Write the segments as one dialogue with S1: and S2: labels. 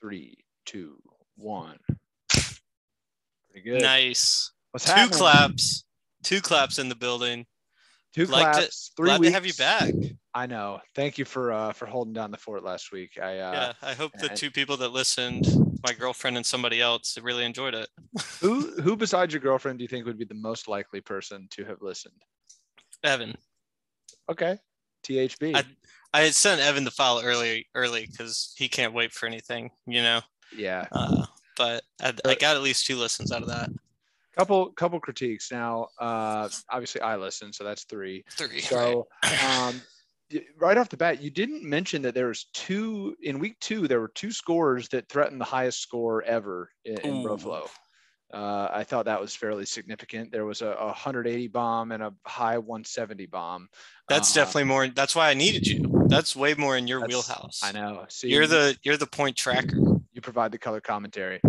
S1: three, two, one. Pretty good.
S2: Nice.
S1: What's
S2: Two
S1: happening?
S2: claps. Two claps in the building.
S1: Two
S2: Glad to-
S1: claps. three
S2: Glad
S1: weeks.
S2: to have you back.
S1: I know. Thank you for uh for holding down the fort last week. I uh
S2: yeah. I hope the
S1: and-
S2: two people that listened, my girlfriend and somebody else, really enjoyed it.
S1: who who besides your girlfriend do you think would be the most likely person to have listened?
S2: Evan.
S1: Okay. THB.
S2: I had sent Evan the file early early because he can't wait for anything, you know.
S1: yeah.
S2: Uh, but I, I got at least two listens out of that.
S1: Couple couple critiques. Now uh obviously I listened, so that's three.
S2: Three. right?
S1: So um y- right off the bat, you didn't mention that there was two in week two, there were two scores that threatened the highest score ever in, in
S2: Ooh.
S1: Broflow. Uh, I thought that was fairly significant. There was a, a 180 bomb and a high 170 bomb.
S2: That's
S1: Uh,
S2: definitely more. That's why I needed you. That's way more in your
S1: That's-
S2: wheelhouse.
S1: I know. See,
S2: You're the you're the point tracker.
S1: you provide the color commentary.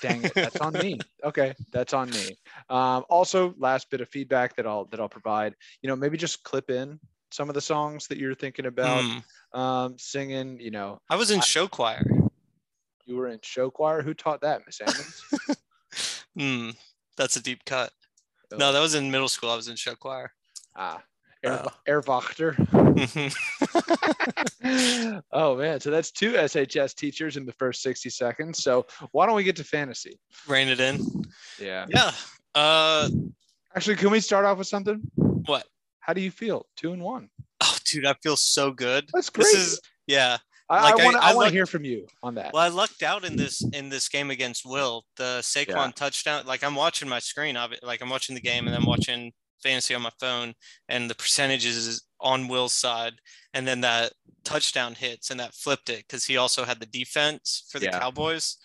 S1: Dang it, that's on me. Okay, that's on me. Um, also, last bit of feedback that I'll that I'll provide. You know, maybe just clip in some of the songs that you're thinking about
S2: Hmm.
S1: um, singing. You know,
S2: I was in show choir.
S1: you were in show choir. Who taught that, Miss Ammons?
S2: Hmm. That's a deep cut.
S1: Oh.
S2: No, that was in middle school. I was in show choir.
S1: ah, Air,
S2: Oh.
S1: Wachter.
S2: Mhm.
S1: oh man, so that's two SHS teachers in the first 60 seconds. So why don't we get to fantasy?
S2: Rein it in.
S1: Yeah.
S2: Yeah. Uh.
S1: Actually, can we start off with something?
S2: What?
S1: How do you feel? Two and one.
S2: Oh, dude, I feel so good.
S1: That's great.
S2: This is yeah.
S1: I,
S2: like, I-
S1: I want to
S2: I
S1: I want to
S2: looked-
S1: hear from you on that.
S2: Well, I lucked out in this in this game against Will. The Saquon
S1: Yeah.
S2: touchdown. Like I'm watching my screen of it. Like I'm watching the game and I'm watching fantasy on my phone, and the percentages is on Will's side. And then that touchdown hits, and that flipped it because he also had the defense for the
S1: Yeah.
S2: Cowboys.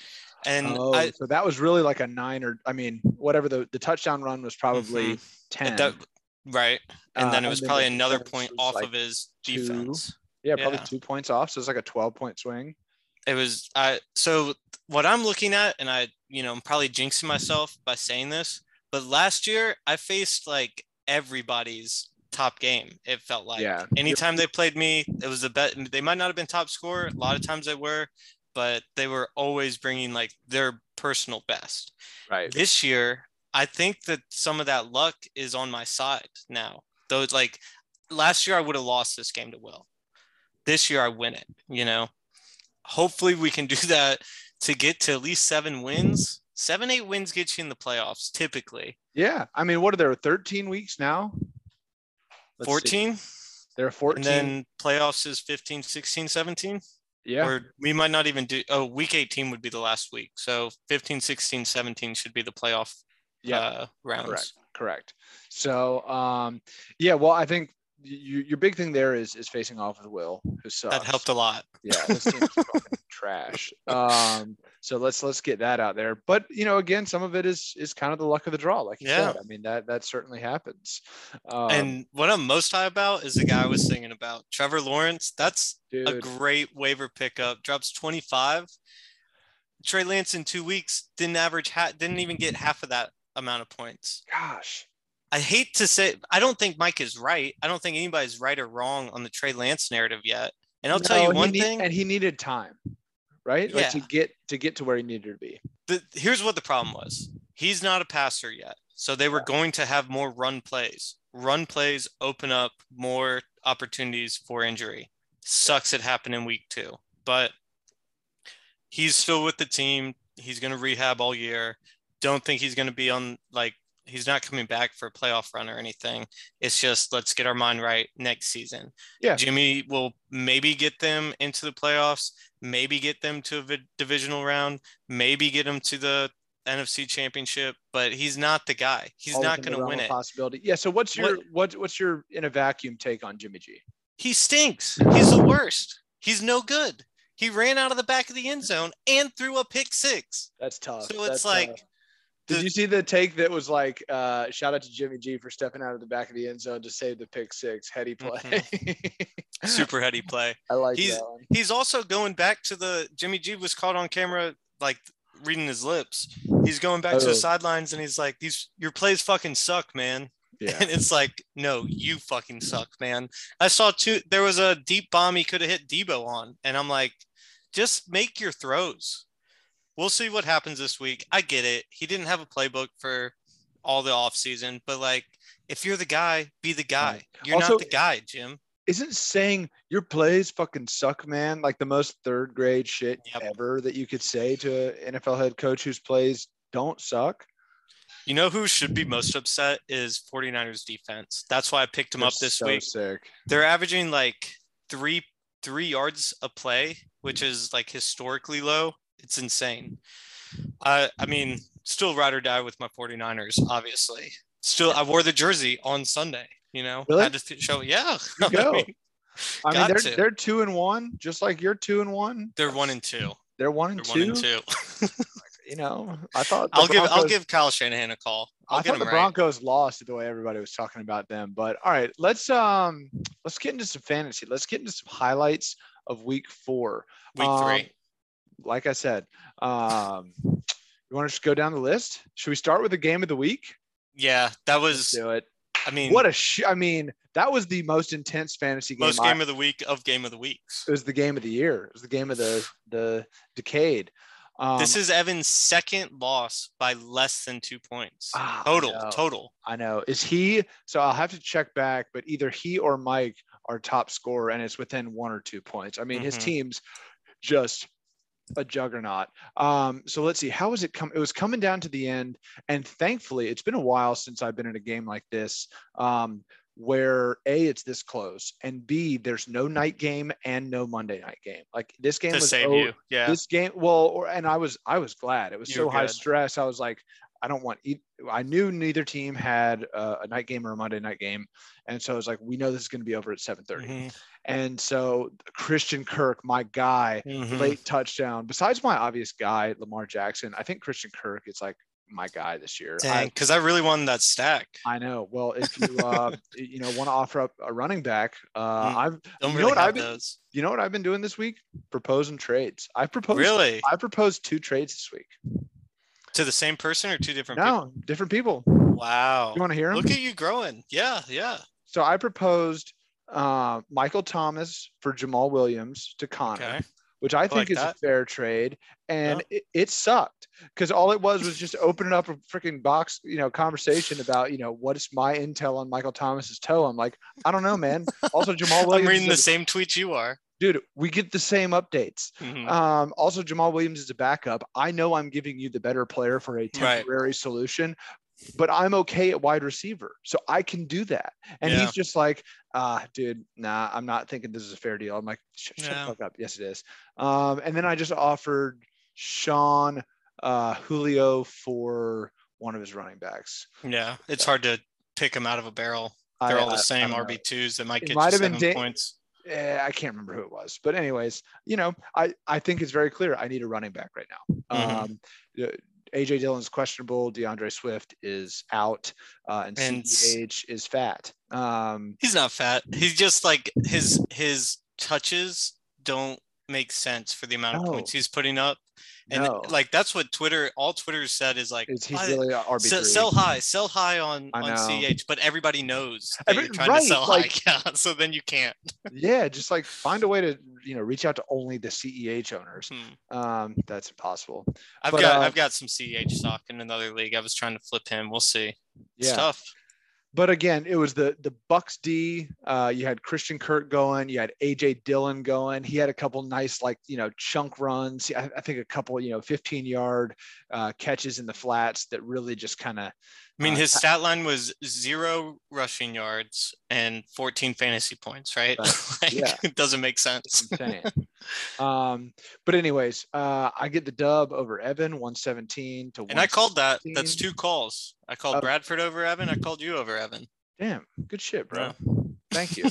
S2: And
S1: Oh,
S2: I,
S1: so that was really like a nine or I mean whatever the, the touchdown run was
S2: Mm-hmm.
S1: probably ten.
S2: that, right, and
S1: Uh,
S2: then it was
S1: and then
S2: probably
S1: the
S2: another
S1: defense
S2: point
S1: was
S2: off
S1: like
S2: of his
S1: two.
S2: defense.
S1: yeah, probably
S2: yeah.
S1: two points off. So it's like a twelve point swing.
S2: it was I so what I'm looking at, and I you know I'm probably jinxing myself by saying this, but last year I faced like everybody's top game. It felt like
S1: Yeah.
S2: anytime they played me, it was the bet. They might not have been top scorer. A lot of times they were, but they were always bringing like their personal best.
S1: Right.
S2: This year, I think that some of that luck is on my side now. Though it's like last year I would have lost this game to Will. This year I win it, you know. Hopefully we can do that to get to at least seven wins. Seven, eight wins gets you in the playoffs typically.
S1: Yeah. I mean, what are there? Thirteen weeks now. Let's see.
S2: 14,
S1: There are fourteen.
S2: and then playoffs is 15, 16, 17.
S1: yeah.
S2: Or we might not even do oh, week 18 would be the last week. So 15, 16, 17 should be the playoff
S1: yeah.
S2: uh, rounds.
S1: correct correct so um yeah well i think you, your big thing there is is facing off with will who sucks
S2: That helped a lot.
S1: yeah this team's fucking trash um so let's let's get that out there but you know again some of it is is kind of the luck of the draw like you
S2: Yeah.
S1: said i mean that that certainly happens um,
S2: and what I'm most high about is the guy I was singing about, Trevor Lawrence. That's a
S1: dude,
S2: great waiver pickup. Drops 25. Trey Lance in two weeks didn't average ha- didn't even get half of that amount of points.
S1: gosh
S2: I hate to say I don't think Mike is right. I don't think anybody's right or wrong on the Trey Lance narrative yet. And I'll tell
S1: No,
S2: you
S1: he
S2: one
S1: need-
S2: thing.
S1: and he needed time right like to
S2: Yeah.
S1: get to get to where he needed to be
S2: the, here's what the problem was he's not a passer yet so they were going to have more run plays run plays open up more opportunities for injury sucks it happened in week two but he's still with the team he's going to rehab all year don't think he's going to be on like he's not coming back for a playoff run or anything it's just let's get our mind right next season
S1: Yeah.
S2: jimmy will maybe get them into the playoffs maybe get them to a vi- divisional round maybe get him to the NFC championship, but he's not the guy. He's
S1: All
S2: not
S1: within the
S2: going to
S1: realm
S2: win
S1: of
S2: it.
S1: possibility yeah so what's your what what's your in a vacuum take on jimmy g
S2: He stinks. He's the worst. He's no good. He ran out of the back of the end zone and threw a pick six.
S1: That's tough.
S2: So it's
S1: That's uh,
S2: like
S1: tough. Did
S2: the-
S1: you see the take that was like, uh, shout out to Jimmy G for stepping out of the back of the end zone to save the pick six heady play?
S2: super heady play.
S1: I like
S2: Mm-hmm. He's-
S1: that one.
S2: He's also going back to the Jimmy G was caught on camera like reading his lips. He's going back to
S1: Oh.
S2: the sidelines and he's like, "These your plays fucking suck, man."
S1: Yeah.
S2: And it's like, no, you fucking suck, man. I saw two. There was a deep bomb he could have hit Debo on, and I'm like, just make your throws. we'll see what happens this week. I get it. He didn't have a playbook for all the offseason, but like if you're the guy, be the guy. You're
S1: Also-
S2: not the guy, Jim.
S1: Isn't saying your plays fucking suck, man, like the most third grade shit
S2: Yep.
S1: ever that you could say to an NFL head coach whose plays don't suck?
S2: You know who should be most upset is 49ers defense. That's why I picked him
S1: They're
S2: up this
S1: so
S2: week.
S1: Sick.
S2: They're averaging like three three yards a play, which is like historically low. It's insane. I I mean, still ride or die with my 49ers, obviously. Still, I wore the jersey on Sunday. You know,
S1: Really?
S2: had to th- show. Yeah,
S1: You go. I mean,
S2: Got
S1: they're
S2: to.
S1: they're two and one, just like you're two and one.
S2: they're one and two.
S1: They're one and
S2: They're
S1: two.
S2: one and two.
S1: You know, I thought the
S2: I'll give I'll
S1: Broncos-
S2: give Kyle Shanahan a call. I'll
S1: I
S2: get
S1: thought
S2: him
S1: the
S2: right.
S1: Broncos lost the way everybody was talking about them. But all right, let's um let's get into some fantasy. Let's get into some highlights of week four.
S2: Week
S1: Um,
S2: three.
S1: Like I said, um you want to just go down the list? Should we start with the game of the week?
S2: Yeah, that
S1: Let's
S2: was.
S1: do it.
S2: I mean,
S1: What a sh- I mean, that was the most intense fantasy game.
S2: most
S1: I-
S2: game of the week of game of the weeks.
S1: it was the game of the year. It was the game of the the decade. Um,
S2: this is Evan's second loss by less than two points
S1: Ah, I
S2: total.
S1: know.
S2: Total.
S1: I know. Is he? So I'll have to check back, but either he or Mike are top scorer, and it's within one or two points. I mean, his
S2: Mhm.
S1: team's just a juggernaut. Um, so let's see. How was it come? It was coming down to the end, and thankfully, it's been a while since I've been in a game like this. Um, where a it's this close and b there's no night game and no monday night game like this game
S2: To
S1: was
S2: save
S1: o-
S2: you. Yeah.
S1: this game well or, and i was i was glad it was
S2: You
S1: so
S2: were
S1: high
S2: good.
S1: stress i was like i don't want e- i knew neither team had uh, a night game or a monday night game and so i was like we know this is going to be over at 7:30.
S2: Mhm,
S1: and so christian kirk my guy
S2: mhm.
S1: late touchdown besides my obvious guy lamar jackson i think christian kirk is like my guy this year I-
S2: Dang, because I really wanted that stack.
S1: I, know well if you uh, you know want to offer up a running back uh
S2: Mm.
S1: i've
S2: Don't
S1: You know
S2: really
S1: what
S2: have
S1: I've been-
S2: those.
S1: you know what i've been doing this week proposing trades i proposed
S2: Really?
S1: i proposed two trades this week
S2: To the same person or two different
S1: no different people
S2: people? Wow.
S1: You want to hear him?
S2: Look at you growing. Yeah, yeah.
S1: so I proposed uh, Michael Thomas for Jamal Williams to Connor,
S2: Okay.
S1: which I think
S2: like
S1: is
S2: that.
S1: a fair trade, and it, it sucked because all it was was just opening up a freaking box, you know, conversation about you know what is my intel on Michael Thomas's toe. I'm like, I don't know, man. Also, Jamal
S2: I'm
S1: Williams,
S2: reading the
S1: is
S2: same tweet you are.
S1: a- dude. We get the same updates.
S2: Mhm.
S1: Um, also, Jamal Williams is a backup. I know I'm giving you the better player for a temporary solution, but I'm okay at wide receiver, so I can do that. And
S2: Yeah.
S1: he's just like, ah, dude, nah, I'm not thinking this is a fair deal. I'm like, shut, shut
S2: No.
S1: the fuck up. Yes, it is. Um, and then I just offered Sean uh, Julio for one of his running backs.
S2: Yeah, it's hard to pick them out of a barrel. They're
S1: I- uh,
S2: all
S1: I- I
S2: the same
S1: don't know.
S2: RB2s that might
S1: It
S2: get
S1: might
S2: you
S1: have been
S2: seven
S1: Dan-
S2: points.
S1: Eh, I can't remember who it was, but anyways, you know, I I think it's very clear. I need a running back right now.
S2: Mhm.
S1: Um, the- AJ Dillon's questionable. DeAndre Swift is out, uh, and,
S2: And s-
S1: CEH is fat. Um,
S2: He's not fat. He's just like his his touches don't make sense for the amount of
S1: No.
S2: points he's putting up. And
S1: no,
S2: like that's what Twitter all Twitter said is like
S1: is he
S2: "Why-
S1: really a RB3?
S2: sell, sell high, sell high on
S1: I
S2: on
S1: know.
S2: CH, but everybody knows that
S1: Every-
S2: you're trying
S1: right,
S2: to sell
S1: like-
S2: high. Yeah, so then you can't.
S1: yeah, just like find a way to you know reach out to only the CEH owners.
S2: Hmm.
S1: Um, that's impossible.
S2: I've
S1: But,
S2: got
S1: uh,
S2: I've got some CH stock in another league. I was trying to flip him. We'll see.
S1: Yeah,
S2: Stuff.
S1: but again, it was the the Bucks D. Uh, you had Christian Kirk going, you had AJ Dillon going. He had a couple nice like you know chunk runs. I, I think a couple you know 15 yard uh, catches in the flats that really just kind of
S2: I mean,
S1: Uh,
S2: his stat line was zero rushing yards and 14 fantasy points, right?
S1: Right.
S2: like,
S1: Yeah.
S2: It doesn't make sense.
S1: insane. um, but anyways, uh, I get the dub over Evan 117 to
S2: And I called that. That's
S1: 16.
S2: two calls. I called
S1: Oh.
S2: Bradford over Evan. I called you over Evan.
S1: Damn, good shit, bro.
S2: Yeah.
S1: Thank you.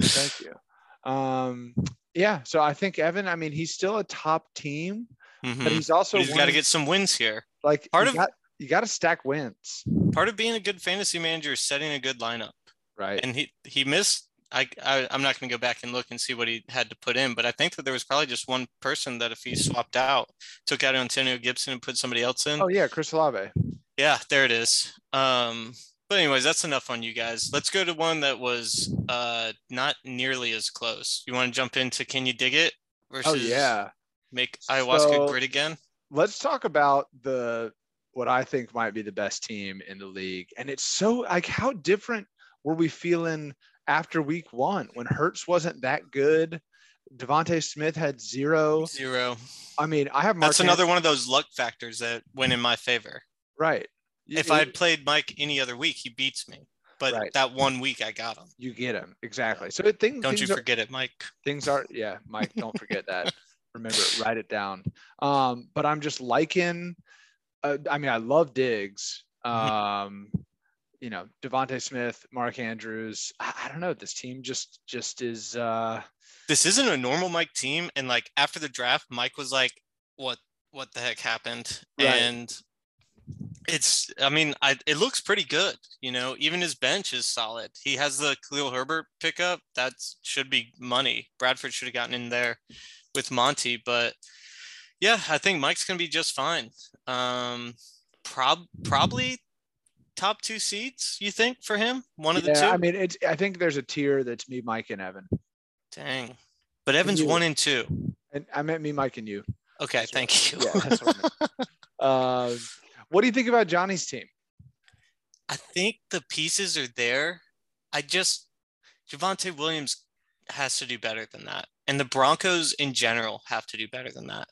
S1: Thank you. Um, yeah, so I think Evan. I mean, he's still a top team, but
S2: Mhm.
S1: he's also
S2: But he's got to
S1: one-
S2: get some wins here.
S1: like
S2: part
S1: you
S2: of-
S1: got, you got to stack wins,
S2: Part of being a good fantasy manager is setting a good lineup.
S1: right?
S2: And he he missed. I, I I'm not going to go back and look and see what he had to put in, but I think that there was probably just one person that if he swapped out, took out Antonio Gibson and put somebody else in.
S1: oh yeah, Chris Olave.
S2: Yeah, there it is. Um, but anyways, that's enough on you guys. Let's go to one that was uh not nearly as close. You want to jump into Can You Dig It versus
S1: Oh yeah.
S2: Make Ayahuasca
S1: So-
S2: Great Again?
S1: let's talk about the what I think might be the best team in the league. And it's so like how different were we feeling after week one when Hertz wasn't that good? Devonte Smith had zero.
S2: Zero.
S1: I mean, I have Mark
S2: That's another one of those luck factors that went in my favor.
S1: right. You-
S2: If I had played Mike any other week, he beats me. But
S1: Right.
S2: that one week, I got him.
S1: you get him exactly. So it, things
S2: Don't you
S1: things are-
S2: forget it, Mike.
S1: things are yeah mike don't forget that remember it write it down um but i'm just liking uh, i mean i love diggs um you know devonte smith mark andrews I, I don't know this team just just is uh
S2: This isn't a normal Mike team. And like after the draft, Mike was like, "What? What the heck happened?"
S1: Right.
S2: And it's. I mean, I, it looks pretty good. You know, even his bench is solid. He has the Khalil Herbert pickup. That should be money. Bradford should have gotten in there with Monty, but yeah, I think Mike's gonna be just fine. Um, prob probably top two seeds. You think for him, one of the two.
S1: yeah, i mean it's i think there's a tier that's me mike and evan
S2: Dang. But Evan's
S1: you-
S2: one and two.
S1: and i meant me mike and you
S2: Okay,
S1: That's right.
S2: thank you.
S1: yeah that's what i meant uh, what do you think about johnny's team
S2: I think the pieces are there. I just Javante Williams has to do better than that, and the Broncos in general have to do better than that.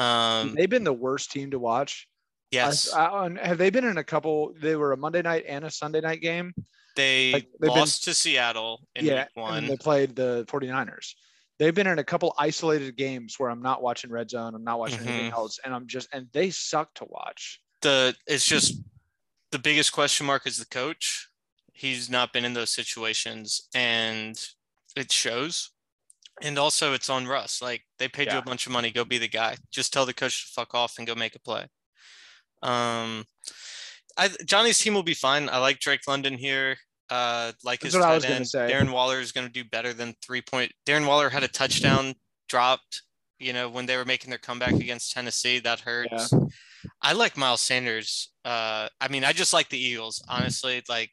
S2: Um,
S1: they've been the worst team to watch I-
S2: yes,
S1: I- on- have they been in a couple they were a monday night and a sunday night game
S2: they
S1: like, they've been-
S2: lost to Seattle in week
S1: and
S2: one.
S1: they played the 49ers. They've been in a couple isolated games where I'm not watching red zone, I'm not watching anything
S2: Mm-hmm.
S1: else, and I'm just and they suck to watch.
S2: the it's just the biggest question mark is the coach. He's not been in those situations and it shows. And also it's on Russ. Like they paid you
S1: Yeah.
S2: a bunch of money, go be the guy. Just tell the coach to fuck off and go make a play. Um I Johnny's team will be fine. I like Drake London here. Uh like
S1: That's
S2: his
S1: what I
S2: tight
S1: was gonna
S2: end.
S1: say.
S2: Darren Waller is gonna do better than three point Darren Waller had a touchdown dropped, you know, when they were making their comeback against Tennessee. That hurts. I like Miles Sanders. Uh, I mean, I just like the Eagles, honestly. Like,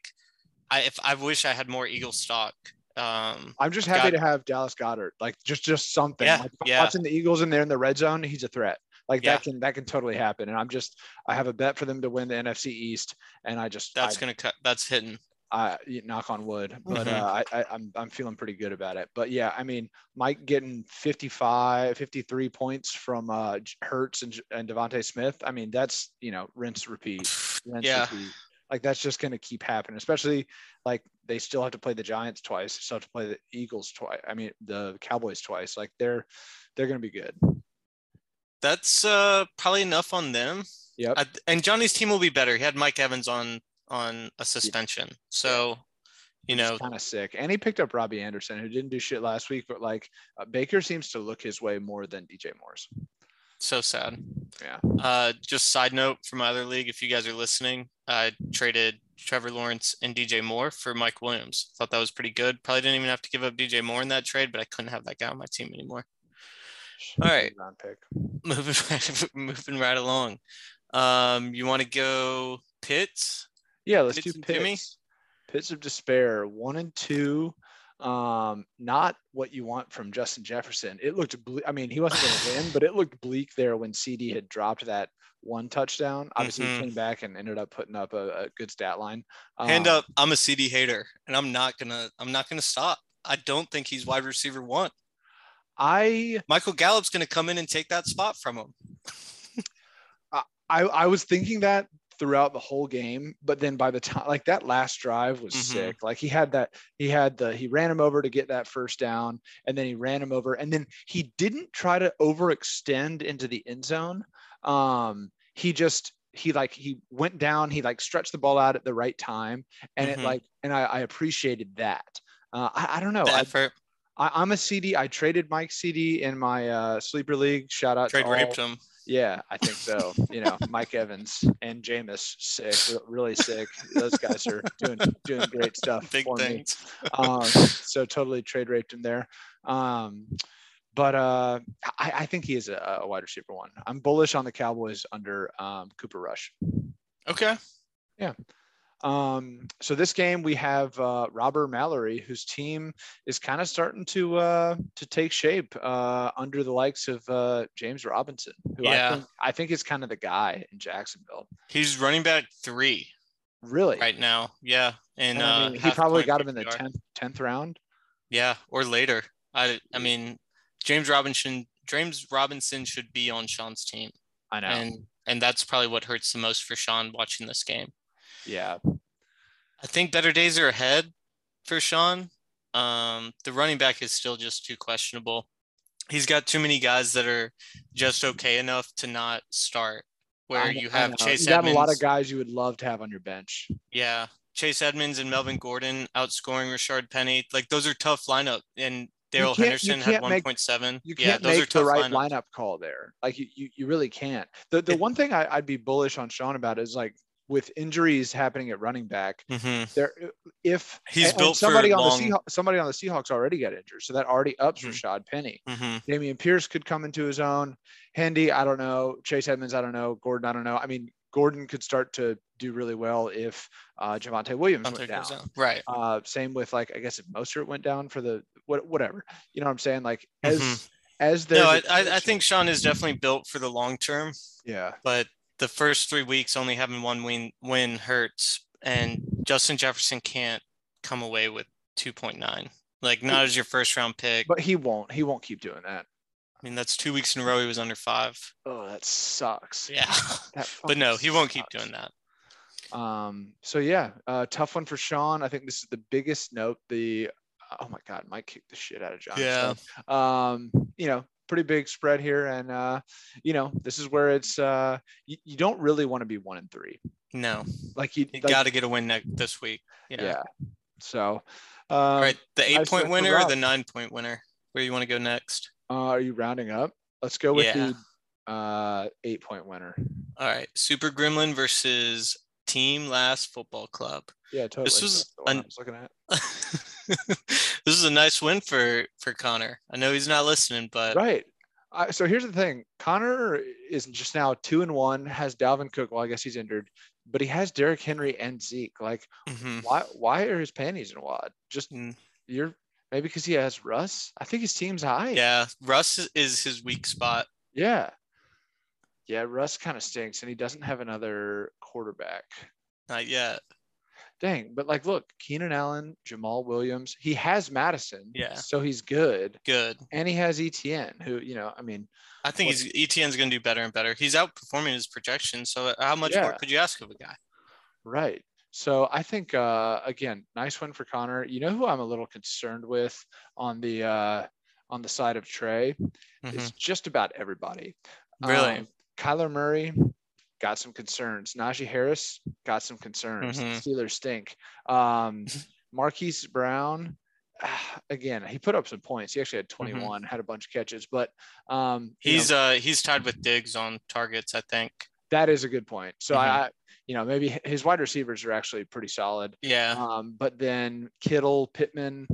S2: I if I wish I had more Eagle stock. Um,
S1: I'm just happy
S2: Got-
S1: to have Dallas Goddard, like just just something.
S2: Yeah,
S1: Like,
S2: yeah.
S1: Watching the Eagles in there in the red zone, he's a threat. Like
S2: Yeah.
S1: that can that can totally happen. And I'm just I have a bet for them to win the NFC East, and I just
S2: that's
S1: I-
S2: gonna cut. That's hidden.
S1: I you- knock on wood, but
S2: Mhm.
S1: uh, I, I, I'm, I'm feeling pretty good about it. But yeah, I mean, Mike getting 55, 53 points from uh, J- Hertz and, J- and Devontae Smith. I mean, that's, you know, rinse, repeat. Rinse,
S2: Yeah.
S1: repeat. Like that's just going to keep happening, especially like they still have to play the Giants twice, still have to play the Eagles twice. I mean, the Cowboys twice. Like they're, they're going to be good.
S2: That's uh, probably enough on them.
S1: Yep.
S2: I, and Johnny's team will be better. He had Mike Evans on on a suspension, so you know
S1: kind of sick. And he picked up Robbie Anderson, who didn't do shit last week, but like uh, Baker seems to look his way more than DJ Moore's.
S2: So sad.
S1: Yeah.
S2: Uh, just side note from my other league, if you guys are listening, I traded Trevor Lawrence and DJ Moore for Mike Williams. Thought that was pretty good. Probably didn't even have to give up DJ Moore in that trade, but I couldn't have that guy on my team anymore. All right.
S1: Round pick.
S2: Moving right, moving right along. Um, you want to go Pitts?
S1: Yeah, let's do
S2: Pits and Jimmy?
S1: pits. Pits of despair, one and two. Um, not what you want from Justin Jefferson. It looked, ble- I mean, he wasn't going to win, but it looked bleak there when CD had dropped that one touchdown. Obviously,
S2: Mhm.
S1: he came back and ended up putting up a, a good stat line.
S2: Hand
S1: Um,
S2: up. I'm a CD hater, and I'm not gonna. I'm not gonna stop. I don't think he's wide receiver one.
S1: I,
S2: Michael Gallup's gonna come in and take that spot from him.
S1: I, I was thinking that throughout the whole game, but then by the time, like that last drive was
S2: Mhm.
S1: sick. Like he had that, he had the, he ran him over to get that first down, and then he ran him over, and then he didn't try to overextend into the end zone. Um, he just he like he went down, he like stretched the ball out at the right time, and
S2: Mhm.
S1: it like, and I, I appreciated that. Uh, I, I don't know.
S2: the
S1: I,
S2: effort
S1: I, I'm a CD. I traded Mike CD in my uh, sleeper league. Shout out
S2: trade
S1: to all-
S2: raped him.
S1: yeah, I think so. you know, Mike Evans and Jameis, sick, re- really sick. Those guys are doing doing great stuff
S2: Big
S1: for me.
S2: things.
S1: Um, so totally trade raped him there. Um, but uh, I, I think he is a, a wide receiver one. I'm bullish on the Cowboys under um, Cooper Rush.
S2: Okay.
S1: Um, so this game we have uh, Robert Mallory, whose team is kind of starting to uh, to take shape uh, under the likes of uh, James Robinson, who I
S2: Yeah.
S1: think I think is kind of the guy in Jacksonville.
S2: He's running back three
S1: Really,
S2: right now. Yeah. And,
S1: And I
S2: uh,
S1: mean, he
S2: half
S1: probably
S2: point
S1: got him in the
S2: PPR.
S1: tenth tenth round.
S2: Yeah, or later. I I mean, James Robinson James Robinson should be on Sean's team,
S1: I know.
S2: and and that's probably what hurts the most for Sean watching this game.
S1: yeah,
S2: I think better days are ahead for Sean. Um, the running back is still just too questionable. He's got too many guys that are just okay enough to not start. Where
S1: I-
S2: you
S1: I
S2: have
S1: know.
S2: Chase
S1: You got a
S2: Edmonds,
S1: lot of guys you would love to have on your bench.
S2: yeah, Chase Edmonds and Melvin Gordon outscoring Richard Penny. Like those are tough lineup, and Daryl
S1: can't- you
S2: Henderson had
S1: can't make-
S2: 1.7.
S1: you
S2: yeah,
S1: can't
S2: those are
S1: make the
S2: tough
S1: right
S2: lineups.
S1: lineup call there. Like you, you, you really can't. The the
S2: It-
S1: one thing I, I'd be bullish on Sean about is like with injuries happening at running back,
S2: hmm
S1: there if
S2: He's
S1: and- and
S2: built for
S1: somebody on
S2: long-
S1: the Seahawks, somebody on the Seahawks already got injured, so that already ups
S2: Mhm.
S1: Rashad Penny.
S2: hmm
S1: Damian Pierce could come into his own. Hendy, I don't know. Chase Edmonds, I don't know. Gordon, I don't know. I mean, Gordon could start to do really well if uh, Javante Williams went down.
S2: Right.
S1: Uh, same with like I guess if Mostert went down for the what whatever. You know what I'm saying? Like as
S2: Mhm.
S1: as there's
S2: No,
S1: a
S2: I, I, I
S1: chance-
S2: think Sean is definitely built for the long term,
S1: yeah
S2: but the first three weeks only having one win win hurts, and Justin Jefferson can't come away with 2.9. Like not as your first round pick.
S1: but he won't he won't keep doing that
S2: I mean, that's two weeks in a row he was under five.
S1: oh that sucks
S2: Yeah.
S1: That
S2: But no, he won't keep
S1: fucking
S2: doing that.
S1: sucks. um so yeah uh tough one for sean i think this is the biggest note the oh my god mike kicked the shit out of john
S2: Yeah.
S1: So, um you know pretty big spread here and uh you know this is where it's uh you, you don't really want to be one and three
S2: No,
S1: like you,
S2: you
S1: like-
S2: got to get a win next this week. Yeah.
S1: yeah. so um
S2: All right. The eight
S1: win
S2: point
S1: for
S2: winner or
S1: Rob.
S2: the nine point winner? Where you want to go next?
S1: uh, are you rounding up let's go with
S2: Yeah.
S1: the uh eight point winner
S2: All right. Super Gremlin versus Team Last Football Club.
S1: yeah totally
S2: was
S1: That's the one I
S2: an-
S1: was looking at
S2: this is a nice win for for Connor. I know he's not listening, but
S1: Right. I, so here's the thing: Connor is just now two and one. Has Dalvin Cook? Well, I guess he's injured, but he has Derrick Henry and Zeke. Like,
S2: Mhm.
S1: why? Why are his panties in a wad? Just
S2: Mm.
S1: you're maybe because he has Russ. I think his team's high.
S2: yeah, Russ is- is his weak spot.
S1: Yeah. Yeah. Russ kind of stinks, and he doesn't have another quarterback.
S2: Not yet.
S1: Dang. But like, look, Keenan Allen, Jamal Williams. He has Madison.
S2: Yeah.
S1: So he's good,
S2: Good.
S1: and he has ETN, who you know, I mean,
S2: I think he's E ETN's going to do better and better. He's outperforming his projections. So how much more
S1: Yeah.
S2: could you ask of a guy?
S1: Right. So I think uh, again, nice win for Connor. You know who I'm a little concerned with on the uh, on the side of Trey.
S2: Mhm.
S1: It's just about everybody.
S2: Really?
S1: Um, Kyler Murray got some concerns. Najee Harris got some concerns. The
S2: Mhm.
S1: Steelers stink. Um, Marquise Brown. ah, Again, he put up some points. He actually had 21, had a bunch of catches, but um, you know,
S2: Mm-hmm. He's uh he's tied with Diggs on targets. I think.
S1: that is a good point. So
S2: Mm-hmm.
S1: I, I, you know, maybe his wide receivers are actually pretty solid.
S2: Yeah.
S1: Um, but then Kittle, Pittman,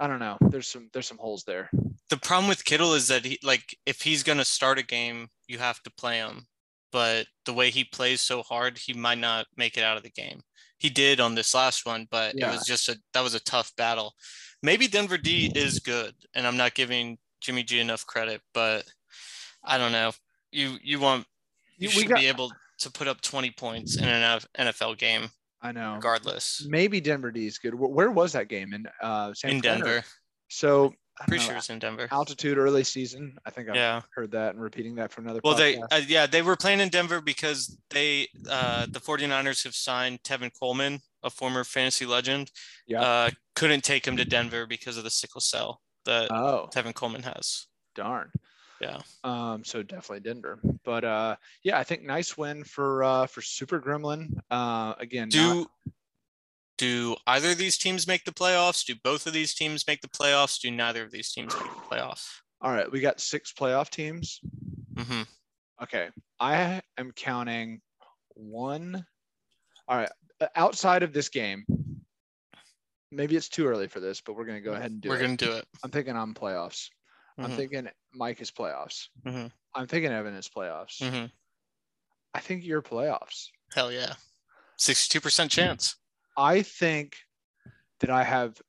S1: I don't know. There's some there's some holes there.
S2: the problem with Kittle is that he like if he's gonna start a game, you have to play him. But the way he plays so hard, he might not make it out of the game. He did on this last one, but it
S1: Yeah.
S2: was just a that was a tough battle. Maybe Denver D is good, and I'm not giving Jimmy G enough credit, but I don't know. You you want you
S1: We
S2: should
S1: got-
S2: be able to put up 20 points in an NFL game,
S1: I know.
S2: regardless.
S1: Maybe Denver D is good. Where, where was that game in uh, San
S2: In
S1: Fran or-
S2: Denver,
S1: So I don't
S2: pretty
S1: know,
S2: sure it's in Denver.
S1: altitude early season. I think I've
S2: Yeah.
S1: heard that and repeating that from another.
S2: Well, they
S1: podcast.
S2: uh, yeah they were playing in Denver because they uh, the 49ers have signed Tevin Coleman, a former fantasy legend.
S1: Yeah.
S2: Uh, couldn't take him to Denver because of the sickle cell that
S1: oh
S2: Tevin Coleman has.
S1: darn.
S2: Yeah.
S1: Um. So definitely Denver, but uh, yeah, I think nice win for uh for Super Gremlin. Uh, again,
S2: Do
S1: not-
S2: do either of these teams make the playoffs? Do both of these teams make the playoffs? Do neither of these teams make the playoffs?
S1: all right. We got six playoff teams.
S2: hmm
S1: Okay, I am counting one. All right, uh, outside of this game, maybe it's too early for this, but we're gonna go ahead and do
S2: We're
S1: it.
S2: gonna do it.
S1: I'm thinking I'm playoffs. I'm
S2: Mhm.
S1: thinking Mike is playoffs.
S2: Mhm.
S1: I'm thinking Evan is playoffs.
S2: Mhm.
S1: I think you're playoffs.
S2: Hell yeah, sixty-two percent chance.
S1: I think that I have,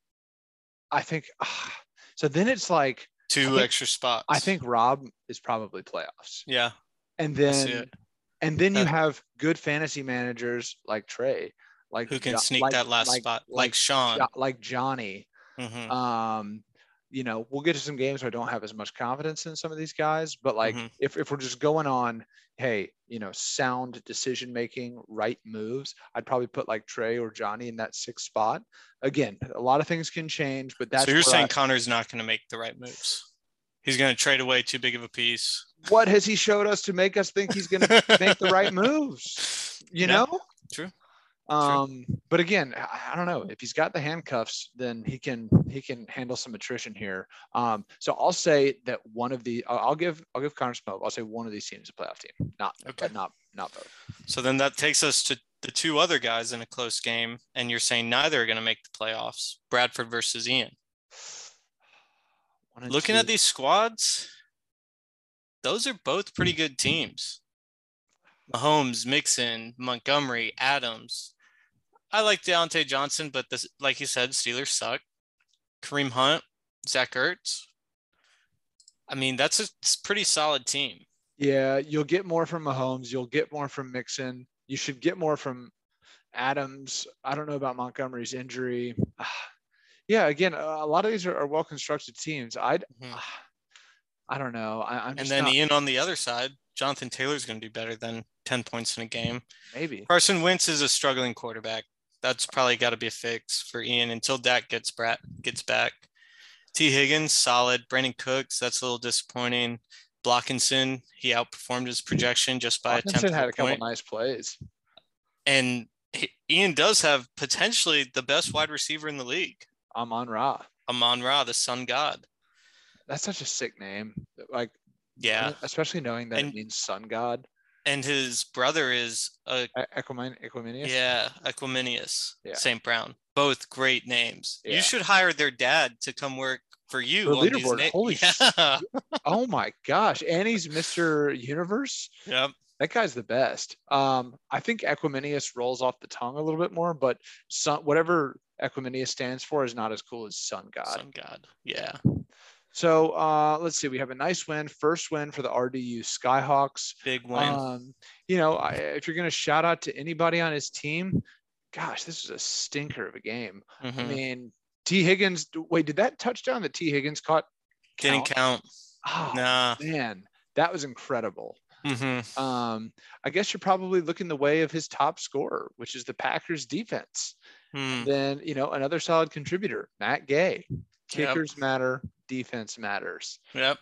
S1: I think, ah, so then it's like,
S2: Two
S1: think-
S2: extra spots.
S1: I think Rob is probably playoffs.
S2: Yeah.
S1: And
S2: I see
S1: then,
S2: it.
S1: and then you
S2: That-
S1: have good fantasy managers like Trey, like
S2: Who can
S1: Jo-
S2: sneak
S1: like-
S2: that last
S1: like-
S2: spot? Like,
S1: like
S2: Sean.
S1: Jo- like Johnny.
S2: Mhm,
S1: Um, you know, we'll get to some games where I don't have as much confidence in some of these guys, but like
S2: Mhm.
S1: if, if we're just going on, hey, you know, sound decision making, right moves, I'd probably put like Trey or Johnny in that sixth spot. Again, a lot of things can change, but that's
S2: So you're
S1: where
S2: saying
S1: I-
S2: Connor's not going to make the right moves. He's going to trade away too big of a piece.
S1: what has he showed us to make us think he's going to make the right moves? You
S2: Yeah,
S1: know,
S2: true,
S1: Um, but again, I, I don't know if he's got the handcuffs, then he can he can handle some attrition here. Um, so I'll say that one of the I'll, I'll give I'll give Connor Smoke. I'll say one of these teams is a playoff team, not
S2: Okay.
S1: but not not both.
S2: So then that takes us to the two other guys in a close game, and you're saying neither are going to make the playoffs. Bradford versus Ian.
S1: One and
S2: Looking at
S1: two.
S2: these squads, those are both pretty good teams. Mahomes, Mixon, Montgomery, Adams. I like Deontay Johnson, but this, like you said, Steelers suck. Kareem Hunt, Zach Ertz. I mean, that's a s- pretty solid team.
S1: yeah, you'll get more from Mahomes. You'll get more from Mixon. You should get more from Adams. I don't know about Montgomery's injury. yeah, again, a a lot of these are, are well constructed teams. I'd.
S2: Mhm.
S1: I don't know. I, I'm
S2: And
S1: just
S2: then
S1: not-
S2: Ian on the other side, Jonathan Taylor's going to do better than 10 points in a game.
S1: maybe.
S2: Carson Wentz is a struggling quarterback. That's probably got to be a fix for Ian until Dak gets brat, gets back. T. Higgins, solid. Brandon Cooks, that's a little disappointing. Blockinson, he outperformed his projection just by a
S1: Hawkinson
S2: tenth of
S1: had
S2: a
S1: a couple
S2: point.
S1: nice plays.
S2: And he- Ian does have potentially the best wide receiver in the league,
S1: Amon Ra.
S2: Amon Ra, the sun god.
S1: That's such a sick name. Like,
S2: Yeah.
S1: especially knowing that
S2: And-
S1: it means sun god.
S2: And his brother is a
S1: E- Equimin- Equiminius.
S2: Yeah, Aquaminius,
S1: Yeah.
S2: St. Brown. Both great names.
S1: Yeah.
S2: You should hire their dad to come work for you.
S1: For
S2: on these
S1: leaderboard,
S2: na-
S1: holy sh-
S2: yeah.
S1: Oh my gosh, and he's Mr. Universe.
S2: Yep.
S1: That guy's the best. Um, I think Equiminius rolls off the tongue a little bit more, but sun, whatever Equiminius stands for is not as cool as sun god.
S2: Sun God. Yeah.
S1: So uh, let's see. We have a nice win, first win for the RDU Skyhawks.
S2: Big win.
S1: Um, you know, I, if you're going to shout out to anybody on his team, gosh, this is a stinker of a game.
S2: Mhm.
S1: I mean, T. Higgins. Wait, did that touchdown that T. Higgins caught?
S2: Didn't count.
S1: Oh,
S2: Nah.
S1: man, that was incredible.
S2: hmm
S1: Um, I guess you're probably looking the way of his top scorer, which is the Packers defense.
S2: Hmm.
S1: Then you know another solid contributor, Matt Gay. Kickers matter, defense matters.
S2: Yep.